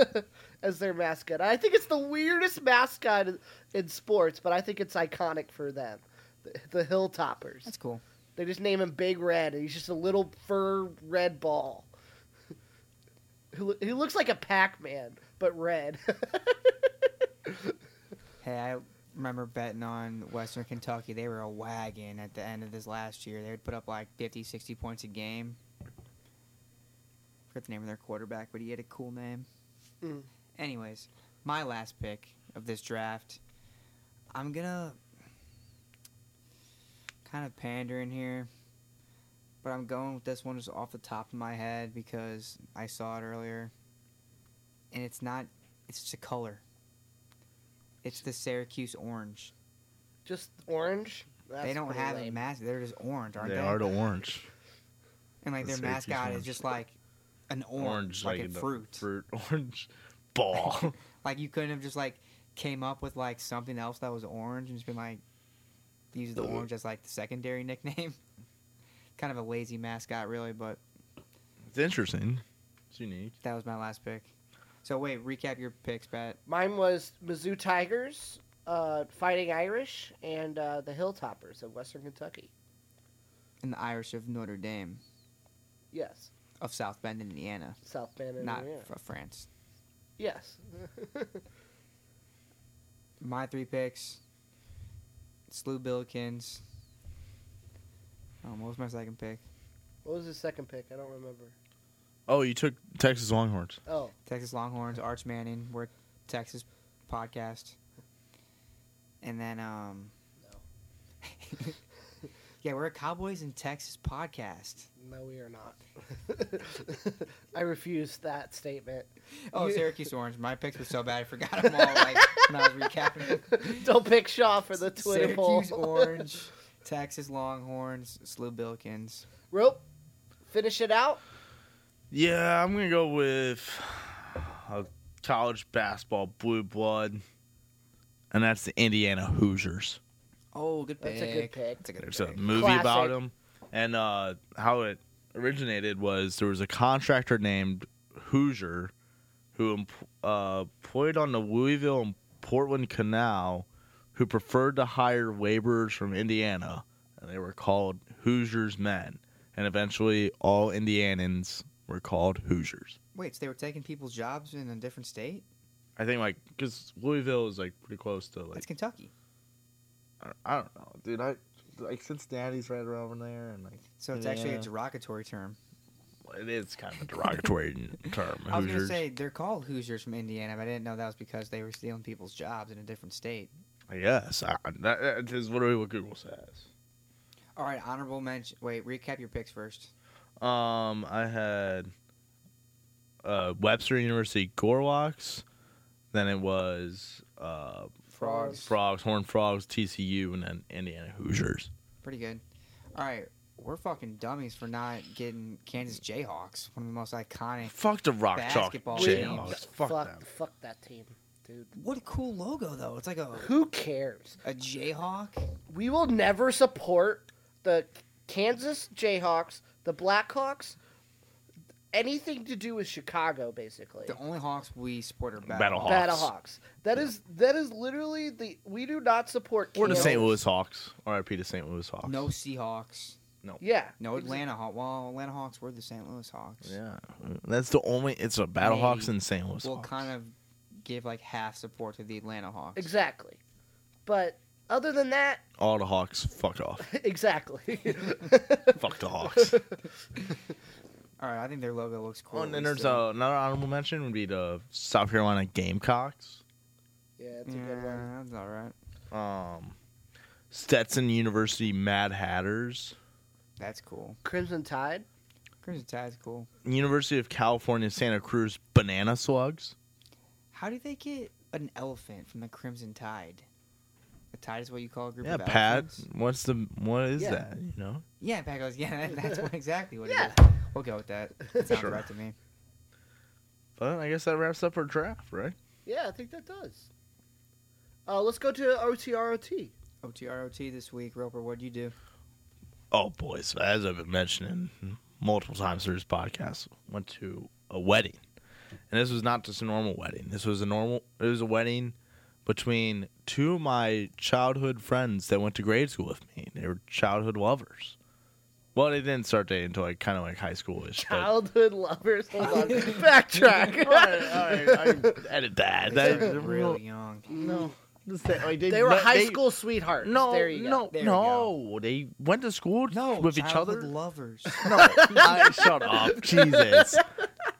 Speaker 3: as their mascot. I think it's the weirdest mascot in- in sports, but I think it's iconic for them. The, the Hilltoppers.
Speaker 1: That's cool.
Speaker 3: They just name him Big Red, and he's just a little fur red ball. He loo- he looks like a Pac-Man, but red.
Speaker 1: Hey, I remember betting on Western Kentucky. They were a wagon at the end of this last year. They would put up like 50, 60 points a game. forget the name of their quarterback, but he had a cool name.
Speaker 3: Mm.
Speaker 1: Anyways, my last pick of this draft, I'm gonna kind of pander in here, but I'm going with this one just off the top of my head because I saw it earlier, and it's not. It's just a color. It's the Syracuse orange.
Speaker 3: just orange. That's
Speaker 1: they don't
Speaker 3: pretty
Speaker 1: have a
Speaker 3: lame.
Speaker 1: mascot. They're just orange, aren't
Speaker 2: They
Speaker 1: they?
Speaker 2: are the orange.
Speaker 1: and like
Speaker 2: the
Speaker 1: their
Speaker 2: Syracuse
Speaker 1: mascot
Speaker 2: orange.
Speaker 1: is just like an orange, like, a
Speaker 2: the
Speaker 1: fruit.
Speaker 2: fruit orange ball.
Speaker 1: Like you couldn't have just like came up with like something else that was orange and just been like use the orange as like the secondary nickname. kind of a lazy mascot really, but
Speaker 2: it's interesting. It's unique.
Speaker 1: that was my last pick. So wait, recap your picks, Pat.
Speaker 3: Mine was Mizzou Tigers, uh, Fighting Irish, and uh, the Hilltoppers of Western Kentucky.
Speaker 1: and the Irish of Notre Dame
Speaker 3: Yes.
Speaker 1: of South Bend, Indiana,
Speaker 3: South Bend and
Speaker 1: not
Speaker 3: yeah.
Speaker 1: fr- France.
Speaker 3: Yes.
Speaker 1: My three picks: Slew Billikens. Um, what was my second pick?
Speaker 3: what was his second pick? I don't remember.
Speaker 2: Oh, you took Texas Longhorns.
Speaker 3: Oh,
Speaker 1: Texas Longhorns, Arch Manning, we're Texas podcast. And then um Yeah, we're a Cowboys in Texas podcast.
Speaker 3: no, we are not. I refuse that statement.
Speaker 1: Oh,
Speaker 3: You-
Speaker 1: Syracuse Orange. My picks were so bad I forgot them all like when I was recapping it.
Speaker 3: Don't pick Shaw for the Twitter poll.
Speaker 1: Syracuse Orange, Texas Longhorns, Slew Billikens.
Speaker 3: Rope, finish it out.
Speaker 2: Yeah, I'm gonna go with a college basketball blue blood, and that's the Indiana Hoosiers.
Speaker 1: Oh, good pick.
Speaker 3: That's a good pick.
Speaker 1: That's a good
Speaker 2: There's a
Speaker 1: pick.
Speaker 2: movie
Speaker 3: Classic.
Speaker 2: about them, and uh, how it originated was there was a contractor named Hoosier who em- uh, employed on the Louisville and Portland Canal, who preferred to hire laborers from Indiana, and they were called Hoosiers men, and eventually all Indianans were called Hoosiers.
Speaker 1: Wait, so they were taking people's jobs in a different state?
Speaker 2: I think like because Louisville is like pretty close to
Speaker 1: That's
Speaker 2: like
Speaker 1: Kentucky.
Speaker 2: I don't- I don't know, dude. I like Cincinnati's right around there, and like
Speaker 1: So it's actually a
Speaker 2: Yeah.
Speaker 1: derogatory term.
Speaker 2: it is kind of a derogatory term.
Speaker 1: I was gonna
Speaker 2: Hoosiers.
Speaker 1: say they're called Hoosiers from Indiana, but I didn't know that was because they were stealing people's jobs in a different state.
Speaker 2: yes, I, that, that is literally what Google says.
Speaker 1: All right, honorable mention. Wait, recap your picks first.
Speaker 2: Um, I had uh, Webster University Gorlocks, then it was uh,
Speaker 1: Frogs.
Speaker 2: Frogs, Horn Frogs, TCU, and then Indiana Hoosiers.
Speaker 1: Pretty good. All right, we're fucking dummies for not getting Kansas Jayhawks, one of the most iconic.
Speaker 2: Fuck the Rock Chalk
Speaker 1: Basketball
Speaker 2: Jayhawks.
Speaker 1: teams.
Speaker 2: Fuck
Speaker 3: fuck,
Speaker 2: them.
Speaker 3: fuck that team, dude.
Speaker 1: What a cool logo though! It's like a
Speaker 3: Who cares?
Speaker 1: a Jayhawk.
Speaker 3: We will never support the Kansas Jayhawks, the Blackhawks, anything to do with Chicago, basically.
Speaker 1: The only Hawks we support are Battle.
Speaker 2: Battle Hawks.
Speaker 3: Battlehawks. That is that is literally the we do not support.
Speaker 2: Or the
Speaker 3: Kale.
Speaker 2: St. Louis Hawks. R.I.P. to St. Louis Hawks.
Speaker 1: No Seahawks.
Speaker 3: Yeah.
Speaker 1: No
Speaker 3: exa-
Speaker 1: Atlanta Hawks. Well, Atlanta Hawks were the St. Louis Hawks.
Speaker 2: Yeah, that's the only. It's a Battle
Speaker 1: Maybe.
Speaker 2: Hawks and St. Louis.
Speaker 1: We'll
Speaker 2: Hawks.
Speaker 1: kind of give like half support to the Atlanta Hawks.
Speaker 3: Exactly. But other than that,
Speaker 2: All the Hawks, fuck off.
Speaker 3: exactly.
Speaker 2: fuck the Hawks.
Speaker 1: All right, I think their logo looks cool.
Speaker 2: Oh,
Speaker 1: at
Speaker 2: and then
Speaker 1: least
Speaker 2: there's
Speaker 1: in-
Speaker 2: uh, another honorable mention would be the South Carolina Gamecocks,
Speaker 3: yeah, that's a good one.
Speaker 1: Yeah, that's all right.
Speaker 2: um, Stetson University Mad Hatters,
Speaker 1: That's cool.
Speaker 3: Crimson Tide.
Speaker 1: Crimson Tide's cool.
Speaker 2: University of California Santa Cruz Banana Slugs.
Speaker 1: How do they get an elephant from the Crimson Tide? The Tide is what you call a group
Speaker 2: Yeah,
Speaker 1: of
Speaker 2: Pat.
Speaker 1: elephants?
Speaker 2: What's the what is
Speaker 3: Yeah.
Speaker 2: that? You know,
Speaker 1: Yeah, Pat goes, yeah, that, that's what, exactly what
Speaker 3: Yeah.
Speaker 1: it is. We'll go with that. That sounds
Speaker 2: Sure.
Speaker 1: right to me.
Speaker 2: but I guess that wraps up our draft, right?
Speaker 3: Yeah, I think that does. Uh, let's go to OTROT.
Speaker 1: OTROT this week. Roper, what'd you do?
Speaker 2: Oh, boys, as I've been mentioning multiple times through this podcast, went to a wedding, and this was not just a normal wedding. This was a normal. It was a wedding between two of my childhood friends that went to grade school with me. They were childhood lovers. Well, they didn't start dating until like kind of like high schoolish. But,
Speaker 3: Childhood lovers. Hold on. Backtrack.
Speaker 2: all right, all right, I edit that.
Speaker 1: They
Speaker 2: that
Speaker 1: were really young.
Speaker 2: no. Just that- like,
Speaker 3: They were
Speaker 2: no,
Speaker 3: high school sweethearts.
Speaker 2: No,
Speaker 3: there you
Speaker 2: no,
Speaker 1: There you
Speaker 2: no. They went to school
Speaker 1: No,
Speaker 2: with each
Speaker 1: childhood
Speaker 2: other.
Speaker 1: lovers.
Speaker 2: No, I, shut up, Jesus.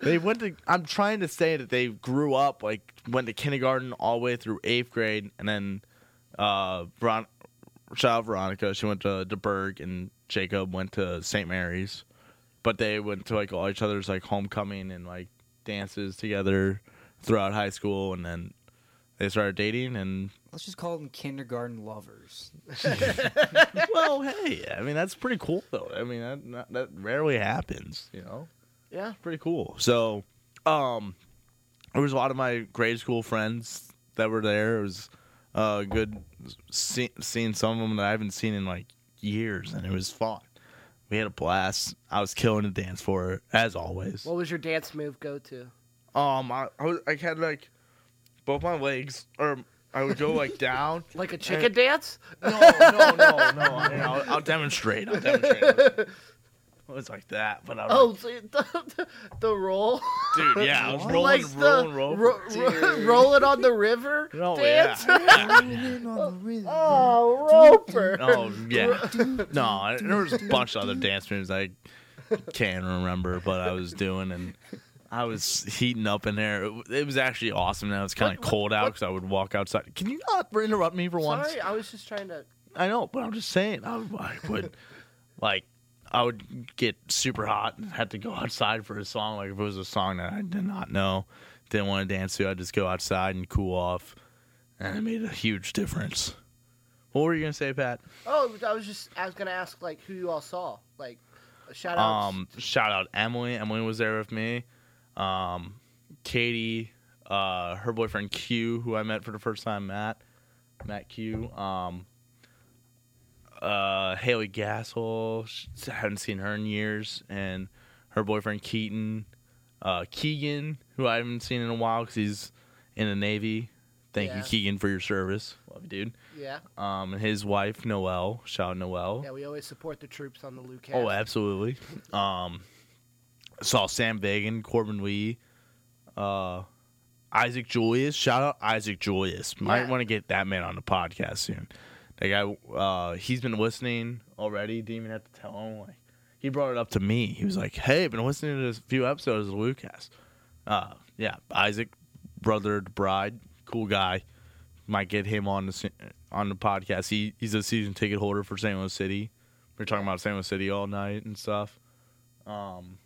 Speaker 2: They went to. I'm trying to say that they grew up like went to kindergarten all the way through eighth grade, and then uh, Veron- child Veronica she went to DeBerg, and Jacob went to St. Mary's, but they went to like all each other's like homecoming and like dances together throughout high school, and then they started dating. And
Speaker 1: Let's just call them kindergarten lovers.
Speaker 2: well, hey, I mean that's pretty cool though. I mean that not, that rarely happens, you know.
Speaker 3: go. Yeah.
Speaker 2: pretty cool. So, um, there was a lot of my grade school friends that were there. It was uh, good see- seeing some of them that I haven't seen in like years, and it was fun. We had a blast. I was killing the dance floor as always.
Speaker 3: What was your dance move go to?
Speaker 2: Um, I I, was, I had like both my legs or I would go like down.
Speaker 3: Like a chicken dance?
Speaker 2: No, no, no, no. I'll, I'll demonstrate. I'll demonstrate. It was like that, but I was
Speaker 3: Oh, so you- the, the roll?
Speaker 2: like, dude, yeah, I was
Speaker 1: What?
Speaker 2: rolling,
Speaker 3: like
Speaker 2: rolling,
Speaker 3: the
Speaker 2: rolling.
Speaker 3: ro- ro-
Speaker 1: Dude.
Speaker 3: roll it on the river
Speaker 2: no, yeah,
Speaker 3: dance?
Speaker 2: yeah.
Speaker 3: Oh, Roper.
Speaker 2: Oh yeah. No, I- there was a bunch of other dance moves I can't remember, but I was doing and I was heating up in there. It w- It was actually awesome. Now it's kind of
Speaker 3: What- what-
Speaker 2: cold out
Speaker 3: what-
Speaker 2: because I would walk outside. Can you not interrupt me for once?
Speaker 3: Sorry, I was just trying to.
Speaker 2: I know, but I'm just saying. I, I would like I would get super hot and had to go outside for a song. Like if it was a song that I did not know, didn't want to dance to, I'd just go outside and cool off, and it made a huge difference. What were you gonna say, Pat?
Speaker 3: Oh, I was just. I was gonna ask like who you all saw. Like, shout out.
Speaker 2: Um, shout out Emily. Emily was there with me. Um, Katie, uh, her boyfriend Q, who I met for the first time, Matt, Matt Q. Um, uh, Haley Gasol, sh- hadn't seen her in years, and her boyfriend Keaton, uh, Keegan, who I haven't seen in a while because he's in the Navy. Thank
Speaker 3: Yeah.
Speaker 2: you, Keegan, for your service. Love you, dude.
Speaker 3: yeah,
Speaker 2: Um, and his wife, Noelle. Shout out Noelle.
Speaker 3: yeah. We always support the troops on the Luke.
Speaker 2: Oh, absolutely. Um, saw Sam Bagan, Corbin Lee, uh, Isaac Julius. Shout out Isaac Julius. Might
Speaker 3: Yeah.
Speaker 2: want to get that man on the podcast soon. That guy, uh, he's been listening already. Didn't even have to tell him. Like, he brought it up to me. He was like, "Hey, been listening to a few episodes of the Lucas." Uh, yeah, Isaac, brother to bride, cool guy. Might get him on the se- on the podcast. He he's a season ticket holder for San Luis City. We were talking about San Luis City all night and stuff. Um,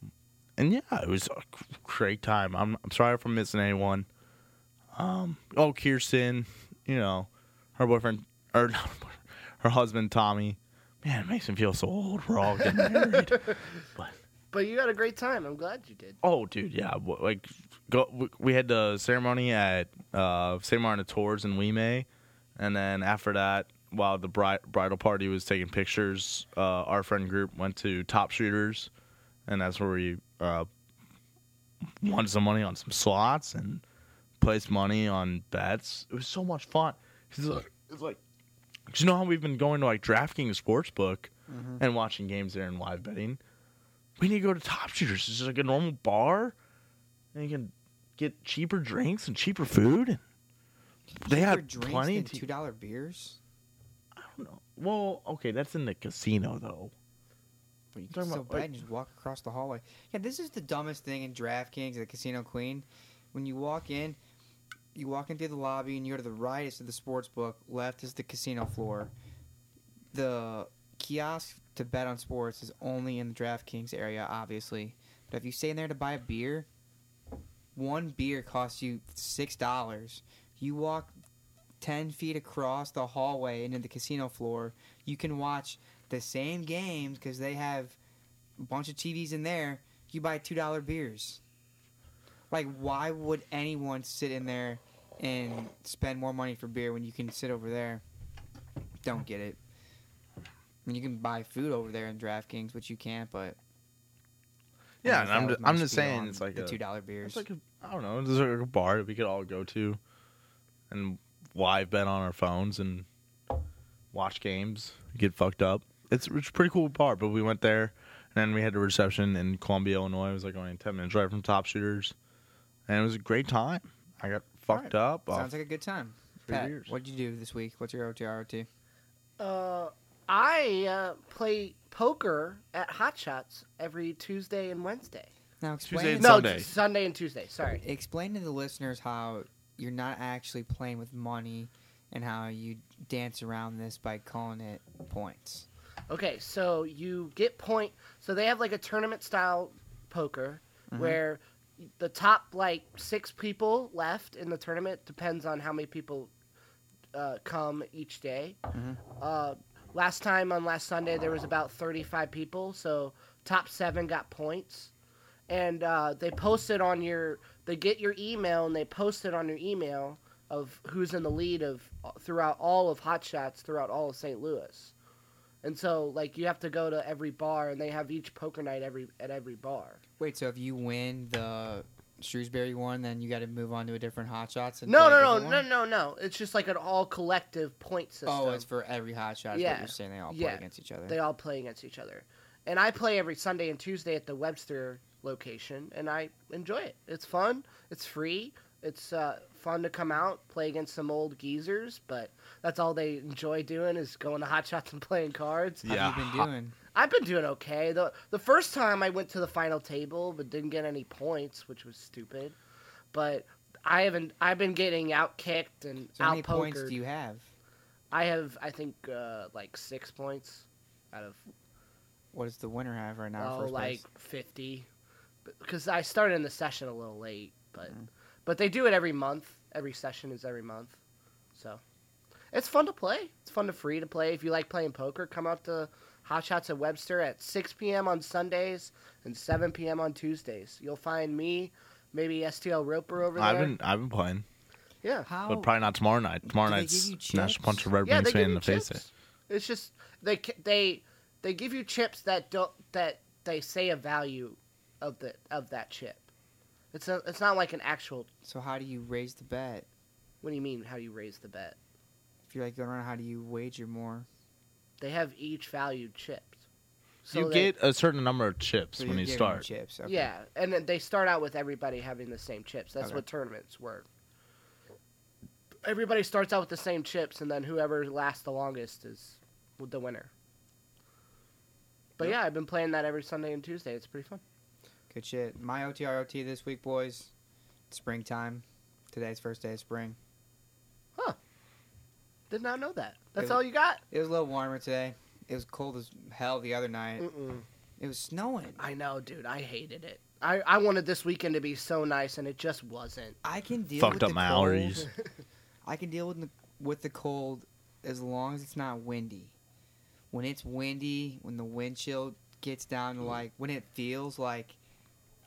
Speaker 2: and yeah, it was a g- great time. I'm I'm sorry if I'm missing anyone. Um, oh Kirsten, you know, her boyfriend or not her boyfriend, her husband Tommy. Man, it makes me feel so old. We're all getting married. But
Speaker 3: But you had a great time. I'm glad you did.
Speaker 2: Oh, dude, yeah. w- Like, go. w- We had the ceremony at uh, St. Martin of Tours in Wemay, and then after that, while the bri- bridal party was taking pictures, uh, our friend group went to Top Shooters, and that's where we uh, won some money on some slots and placed money on bets. It was so much fun. It's like, it's like 'cause you know how we've been going to like DraftKings Sportsbook and watching games there and live betting. We need to go to Top Shooters. It's just like a normal bar, and you can get cheaper drinks and cheaper food. And they
Speaker 1: Cheaper
Speaker 2: had
Speaker 1: drinks
Speaker 2: plenty.
Speaker 1: than
Speaker 2: To,
Speaker 1: two dollar beers.
Speaker 2: no. Well, okay, that's in the casino though.
Speaker 1: But you can
Speaker 2: Talking
Speaker 1: so
Speaker 2: about, like-
Speaker 1: bad and just walk across the hallway. Yeah, this is the dumbest thing in DraftKings at Casino Queen. When you walk in, you walk in through the lobby and you go to the right is to the sports book, left is the casino floor. The kiosk to bet on sports is only in the DraftKings area, obviously. But if you stay in there to buy a beer, one beer costs you six dollars. You walk ten feet across the hallway into the casino floor. You can watch the same games because they have a bunch of TVs in there. You buy two dollar beers. Like, why would anyone sit in there and spend more money for beer when you can sit over there? Don't get it. I mean, you can buy food over there in DraftKings, which you can't. But
Speaker 2: Yeah,
Speaker 1: I
Speaker 2: and
Speaker 1: guess
Speaker 2: I'm
Speaker 1: that
Speaker 2: just,
Speaker 1: was my
Speaker 2: I'm just
Speaker 1: spiel
Speaker 2: saying
Speaker 1: on
Speaker 2: it's like
Speaker 1: the
Speaker 2: a,
Speaker 1: two dollar beers.
Speaker 2: It's like a, I don't know, there's like a bar that we could all go to and live bet on our phones and watch games, get fucked up. It's, it's a pretty cool bar, but we went there and then we had a reception in Columbia, Illinois. It was like only a 10 minute drive from Top Shooters. And it was a great time. I got fucked
Speaker 1: Alright.
Speaker 2: up. off
Speaker 1: Sounds like a good time.
Speaker 2: three
Speaker 1: Pat,
Speaker 2: beers.
Speaker 1: what'd you do this week? What's your OTROT?
Speaker 3: Uh, I uh, play poker at Hot Shots every Tuesday and Wednesday.
Speaker 1: Now explain.
Speaker 2: Tuesday
Speaker 1: to-
Speaker 2: and
Speaker 3: no,
Speaker 2: Sunday.
Speaker 3: t- Sunday and Tuesday. Sorry.
Speaker 1: explain to the listeners how you're not actually playing with money and how you dance around this by calling it points.
Speaker 3: Okay, so you get point. So they have like a tournament style poker where the top like six people left in the tournament depends on how many people uh, come each day. Uh, last time on last Sunday there was about thirty five people, so top seven got points, and uh, they post it on your. They get your email and they post it on your email of who's in the lead of uh, throughout all of Hot Shots throughout all of St. Louis. And so, like, you have to go to every bar, and they have each poker night every at every bar.
Speaker 1: Wait, so if you win the Shrewsbury won, then you got to move on to a different hot shots. and
Speaker 3: No,
Speaker 1: play a
Speaker 3: no, no,
Speaker 1: different
Speaker 3: no,
Speaker 1: one?
Speaker 3: no, no. It's just like an all collective point system.
Speaker 1: Oh, it's for every hot shot. Yeah,
Speaker 3: Yeah.
Speaker 1: what you're saying they all
Speaker 3: Yeah.
Speaker 1: play against each other.
Speaker 3: they all play against each other. And I play every Sunday and Tuesday at the Webster location, and I enjoy it. It's fun. It's free. It's uh, fun to come out, play against some old geezers, but that's all they enjoy doing is going to hot shots and playing cards.
Speaker 1: How
Speaker 2: Yeah,
Speaker 1: have you been
Speaker 2: hot-
Speaker 1: doing?
Speaker 3: I've been doing okay. The the first time I went to the final table but didn't get any points, which was stupid. But I haven't I've been getting out kicked and
Speaker 1: So how many
Speaker 3: out
Speaker 1: points
Speaker 3: pokered.
Speaker 1: do you have?
Speaker 3: I have I think uh, like six points out of
Speaker 1: What does the winner have right now? in
Speaker 3: oh
Speaker 1: first
Speaker 3: like
Speaker 1: place?
Speaker 3: fifty. Because I started in the session a little late, but
Speaker 1: Mm.
Speaker 3: but they do it every month. Every session is every month. So it's fun to play. It's fun to free to play. If you like playing poker, come out to Hot Shots at Webster at 6 p.m. on Sundays and 7 p.m. on Tuesdays. You'll find me, maybe STL Roper over there.
Speaker 2: I've been I've been playing,
Speaker 3: yeah,
Speaker 1: How?
Speaker 2: but probably not tomorrow night. Tomorrow
Speaker 1: Oh. Do they
Speaker 2: night's
Speaker 1: give you
Speaker 2: National
Speaker 1: chips?
Speaker 2: Punch of Red
Speaker 3: yeah,
Speaker 2: Wings
Speaker 3: they give
Speaker 2: fan to
Speaker 3: you
Speaker 2: face it.
Speaker 3: chips. It's just they ca- they they give you chips that don't that they say a value of the of that chip. It's a, it's not like an actual.
Speaker 1: so how do you raise the bet?
Speaker 3: What do you mean? How do you raise the bet?
Speaker 1: If you're like going around, how do you wager more?
Speaker 3: They have each valued chips.
Speaker 2: you
Speaker 3: they-
Speaker 2: get a certain number of chips
Speaker 1: So
Speaker 2: when
Speaker 1: you're
Speaker 2: you
Speaker 1: giving
Speaker 2: start.
Speaker 1: Chips. Okay.
Speaker 3: yeah, and then they start out with everybody having the same chips. That's
Speaker 1: Okay.
Speaker 3: what tournaments were. Everybody starts out with the same chips, and then whoever lasts the longest is the winner. But
Speaker 1: Yep.
Speaker 3: yeah, I've been playing that every Sunday and Tuesday. It's pretty fun.
Speaker 1: Good shit. My OTROT this week, boys. Springtime. Today's first day of spring.
Speaker 3: Did not know that. That's
Speaker 1: It-
Speaker 3: all you got?
Speaker 1: It was a little warmer today. It was cold as hell the other night.
Speaker 3: Mm-mm.
Speaker 1: It was snowing.
Speaker 3: I know, dude. I hated it. I, I wanted this weekend to be so nice, and it just wasn't.
Speaker 1: I can deal
Speaker 2: Fucked
Speaker 1: with
Speaker 2: up
Speaker 1: the
Speaker 2: my
Speaker 1: cold.
Speaker 2: allergies.
Speaker 1: I can deal with the, with the cold as long as it's not windy. When it's windy, when the wind chill gets down to like when it feels like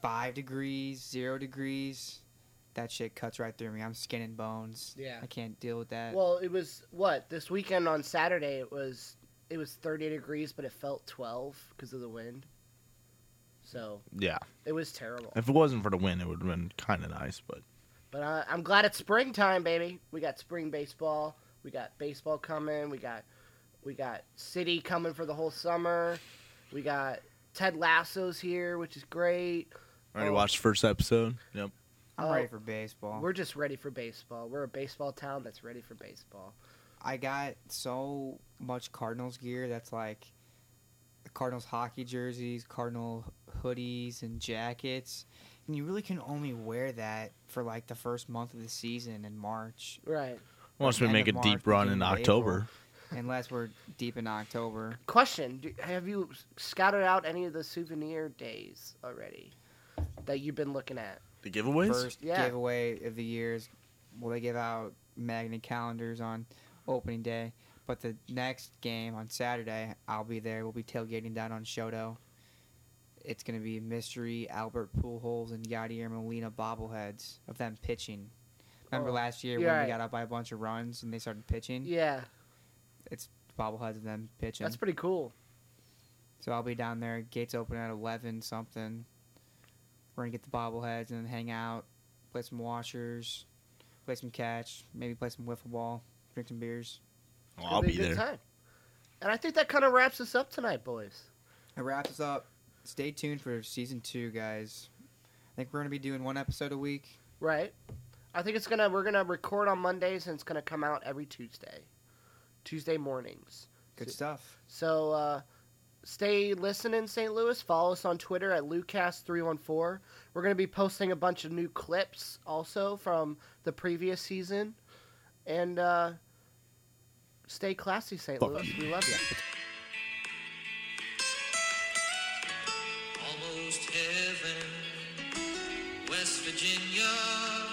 Speaker 1: five degrees, zero degrees, that shit cuts right through me. I'm skin and bones.
Speaker 3: Yeah.
Speaker 1: I can't deal with that.
Speaker 3: Well, it was what this weekend on Saturday. It was it was 30 degrees, but it felt 12 because of the wind. So
Speaker 2: Yeah,
Speaker 3: it was terrible.
Speaker 2: if it wasn't for the win, it would have been kind of nice. But
Speaker 3: But uh, I'm glad it's springtime, baby. We got spring baseball. We got baseball coming. We got we got city coming for the whole summer. We got Ted Lasso's here, which is great.
Speaker 2: I already
Speaker 3: Oh.
Speaker 2: watched the first episode. Yep.
Speaker 1: I'm
Speaker 3: oh,
Speaker 1: ready for baseball.
Speaker 3: We're just ready for baseball. We're a baseball town that's ready for baseball.
Speaker 1: I got so much Cardinals gear that's like Cardinals hockey jerseys, Cardinal hoodies and jackets. And you really can only wear that for like the first month of the season in March.
Speaker 3: Right.
Speaker 2: Once we
Speaker 1: End
Speaker 2: make a
Speaker 1: of
Speaker 2: deep
Speaker 1: March,
Speaker 2: run in
Speaker 1: beginning of
Speaker 2: October,
Speaker 1: Unless we're deep in October.
Speaker 3: Question: do, Have you scouted out any of the souvenir days already that you've been looking at?
Speaker 2: the giveaways.
Speaker 1: First
Speaker 3: Yeah.
Speaker 1: giveaway of the years. Well, they give out magnet calendars on opening day. But the next game on Saturday, I'll be there. We'll be tailgating down on Shoto. It's going to be mystery Albert Pujols and Yadier Molina bobbleheads of them pitching. Remember
Speaker 3: Oh,
Speaker 1: last year
Speaker 3: yeah,
Speaker 1: when
Speaker 3: right.
Speaker 1: we got out by a bunch of runs and they started pitching?
Speaker 3: Yeah,
Speaker 1: Bobbleheads of them pitching.
Speaker 3: that's pretty cool.
Speaker 1: So I'll be down there. Gates open at eleven something. We're gonna get the bobbleheads and hang out, play some washers, play some catch, maybe play some wiffle ball, drink some beers.
Speaker 2: Well, I'll
Speaker 3: It'll
Speaker 2: be there.
Speaker 3: Time. And I think that kind of wraps us up tonight, boys.
Speaker 1: That wraps us up. Stay tuned for season two, guys. I think we're gonna be doing one episode a week.
Speaker 3: Right. I think it's gonna we're gonna record on Mondays and it's gonna come out every Tuesday, Tuesday mornings.
Speaker 1: Good
Speaker 3: So-
Speaker 1: stuff.
Speaker 3: So uh, stay listening, St. Louis. Follow us on Twitter at Lucas314. We're going to be posting a bunch of new clips also from the previous season. And uh, stay classy, St.
Speaker 2: Fuck
Speaker 3: Louis. We love you.
Speaker 4: almost heaven. West Virginia,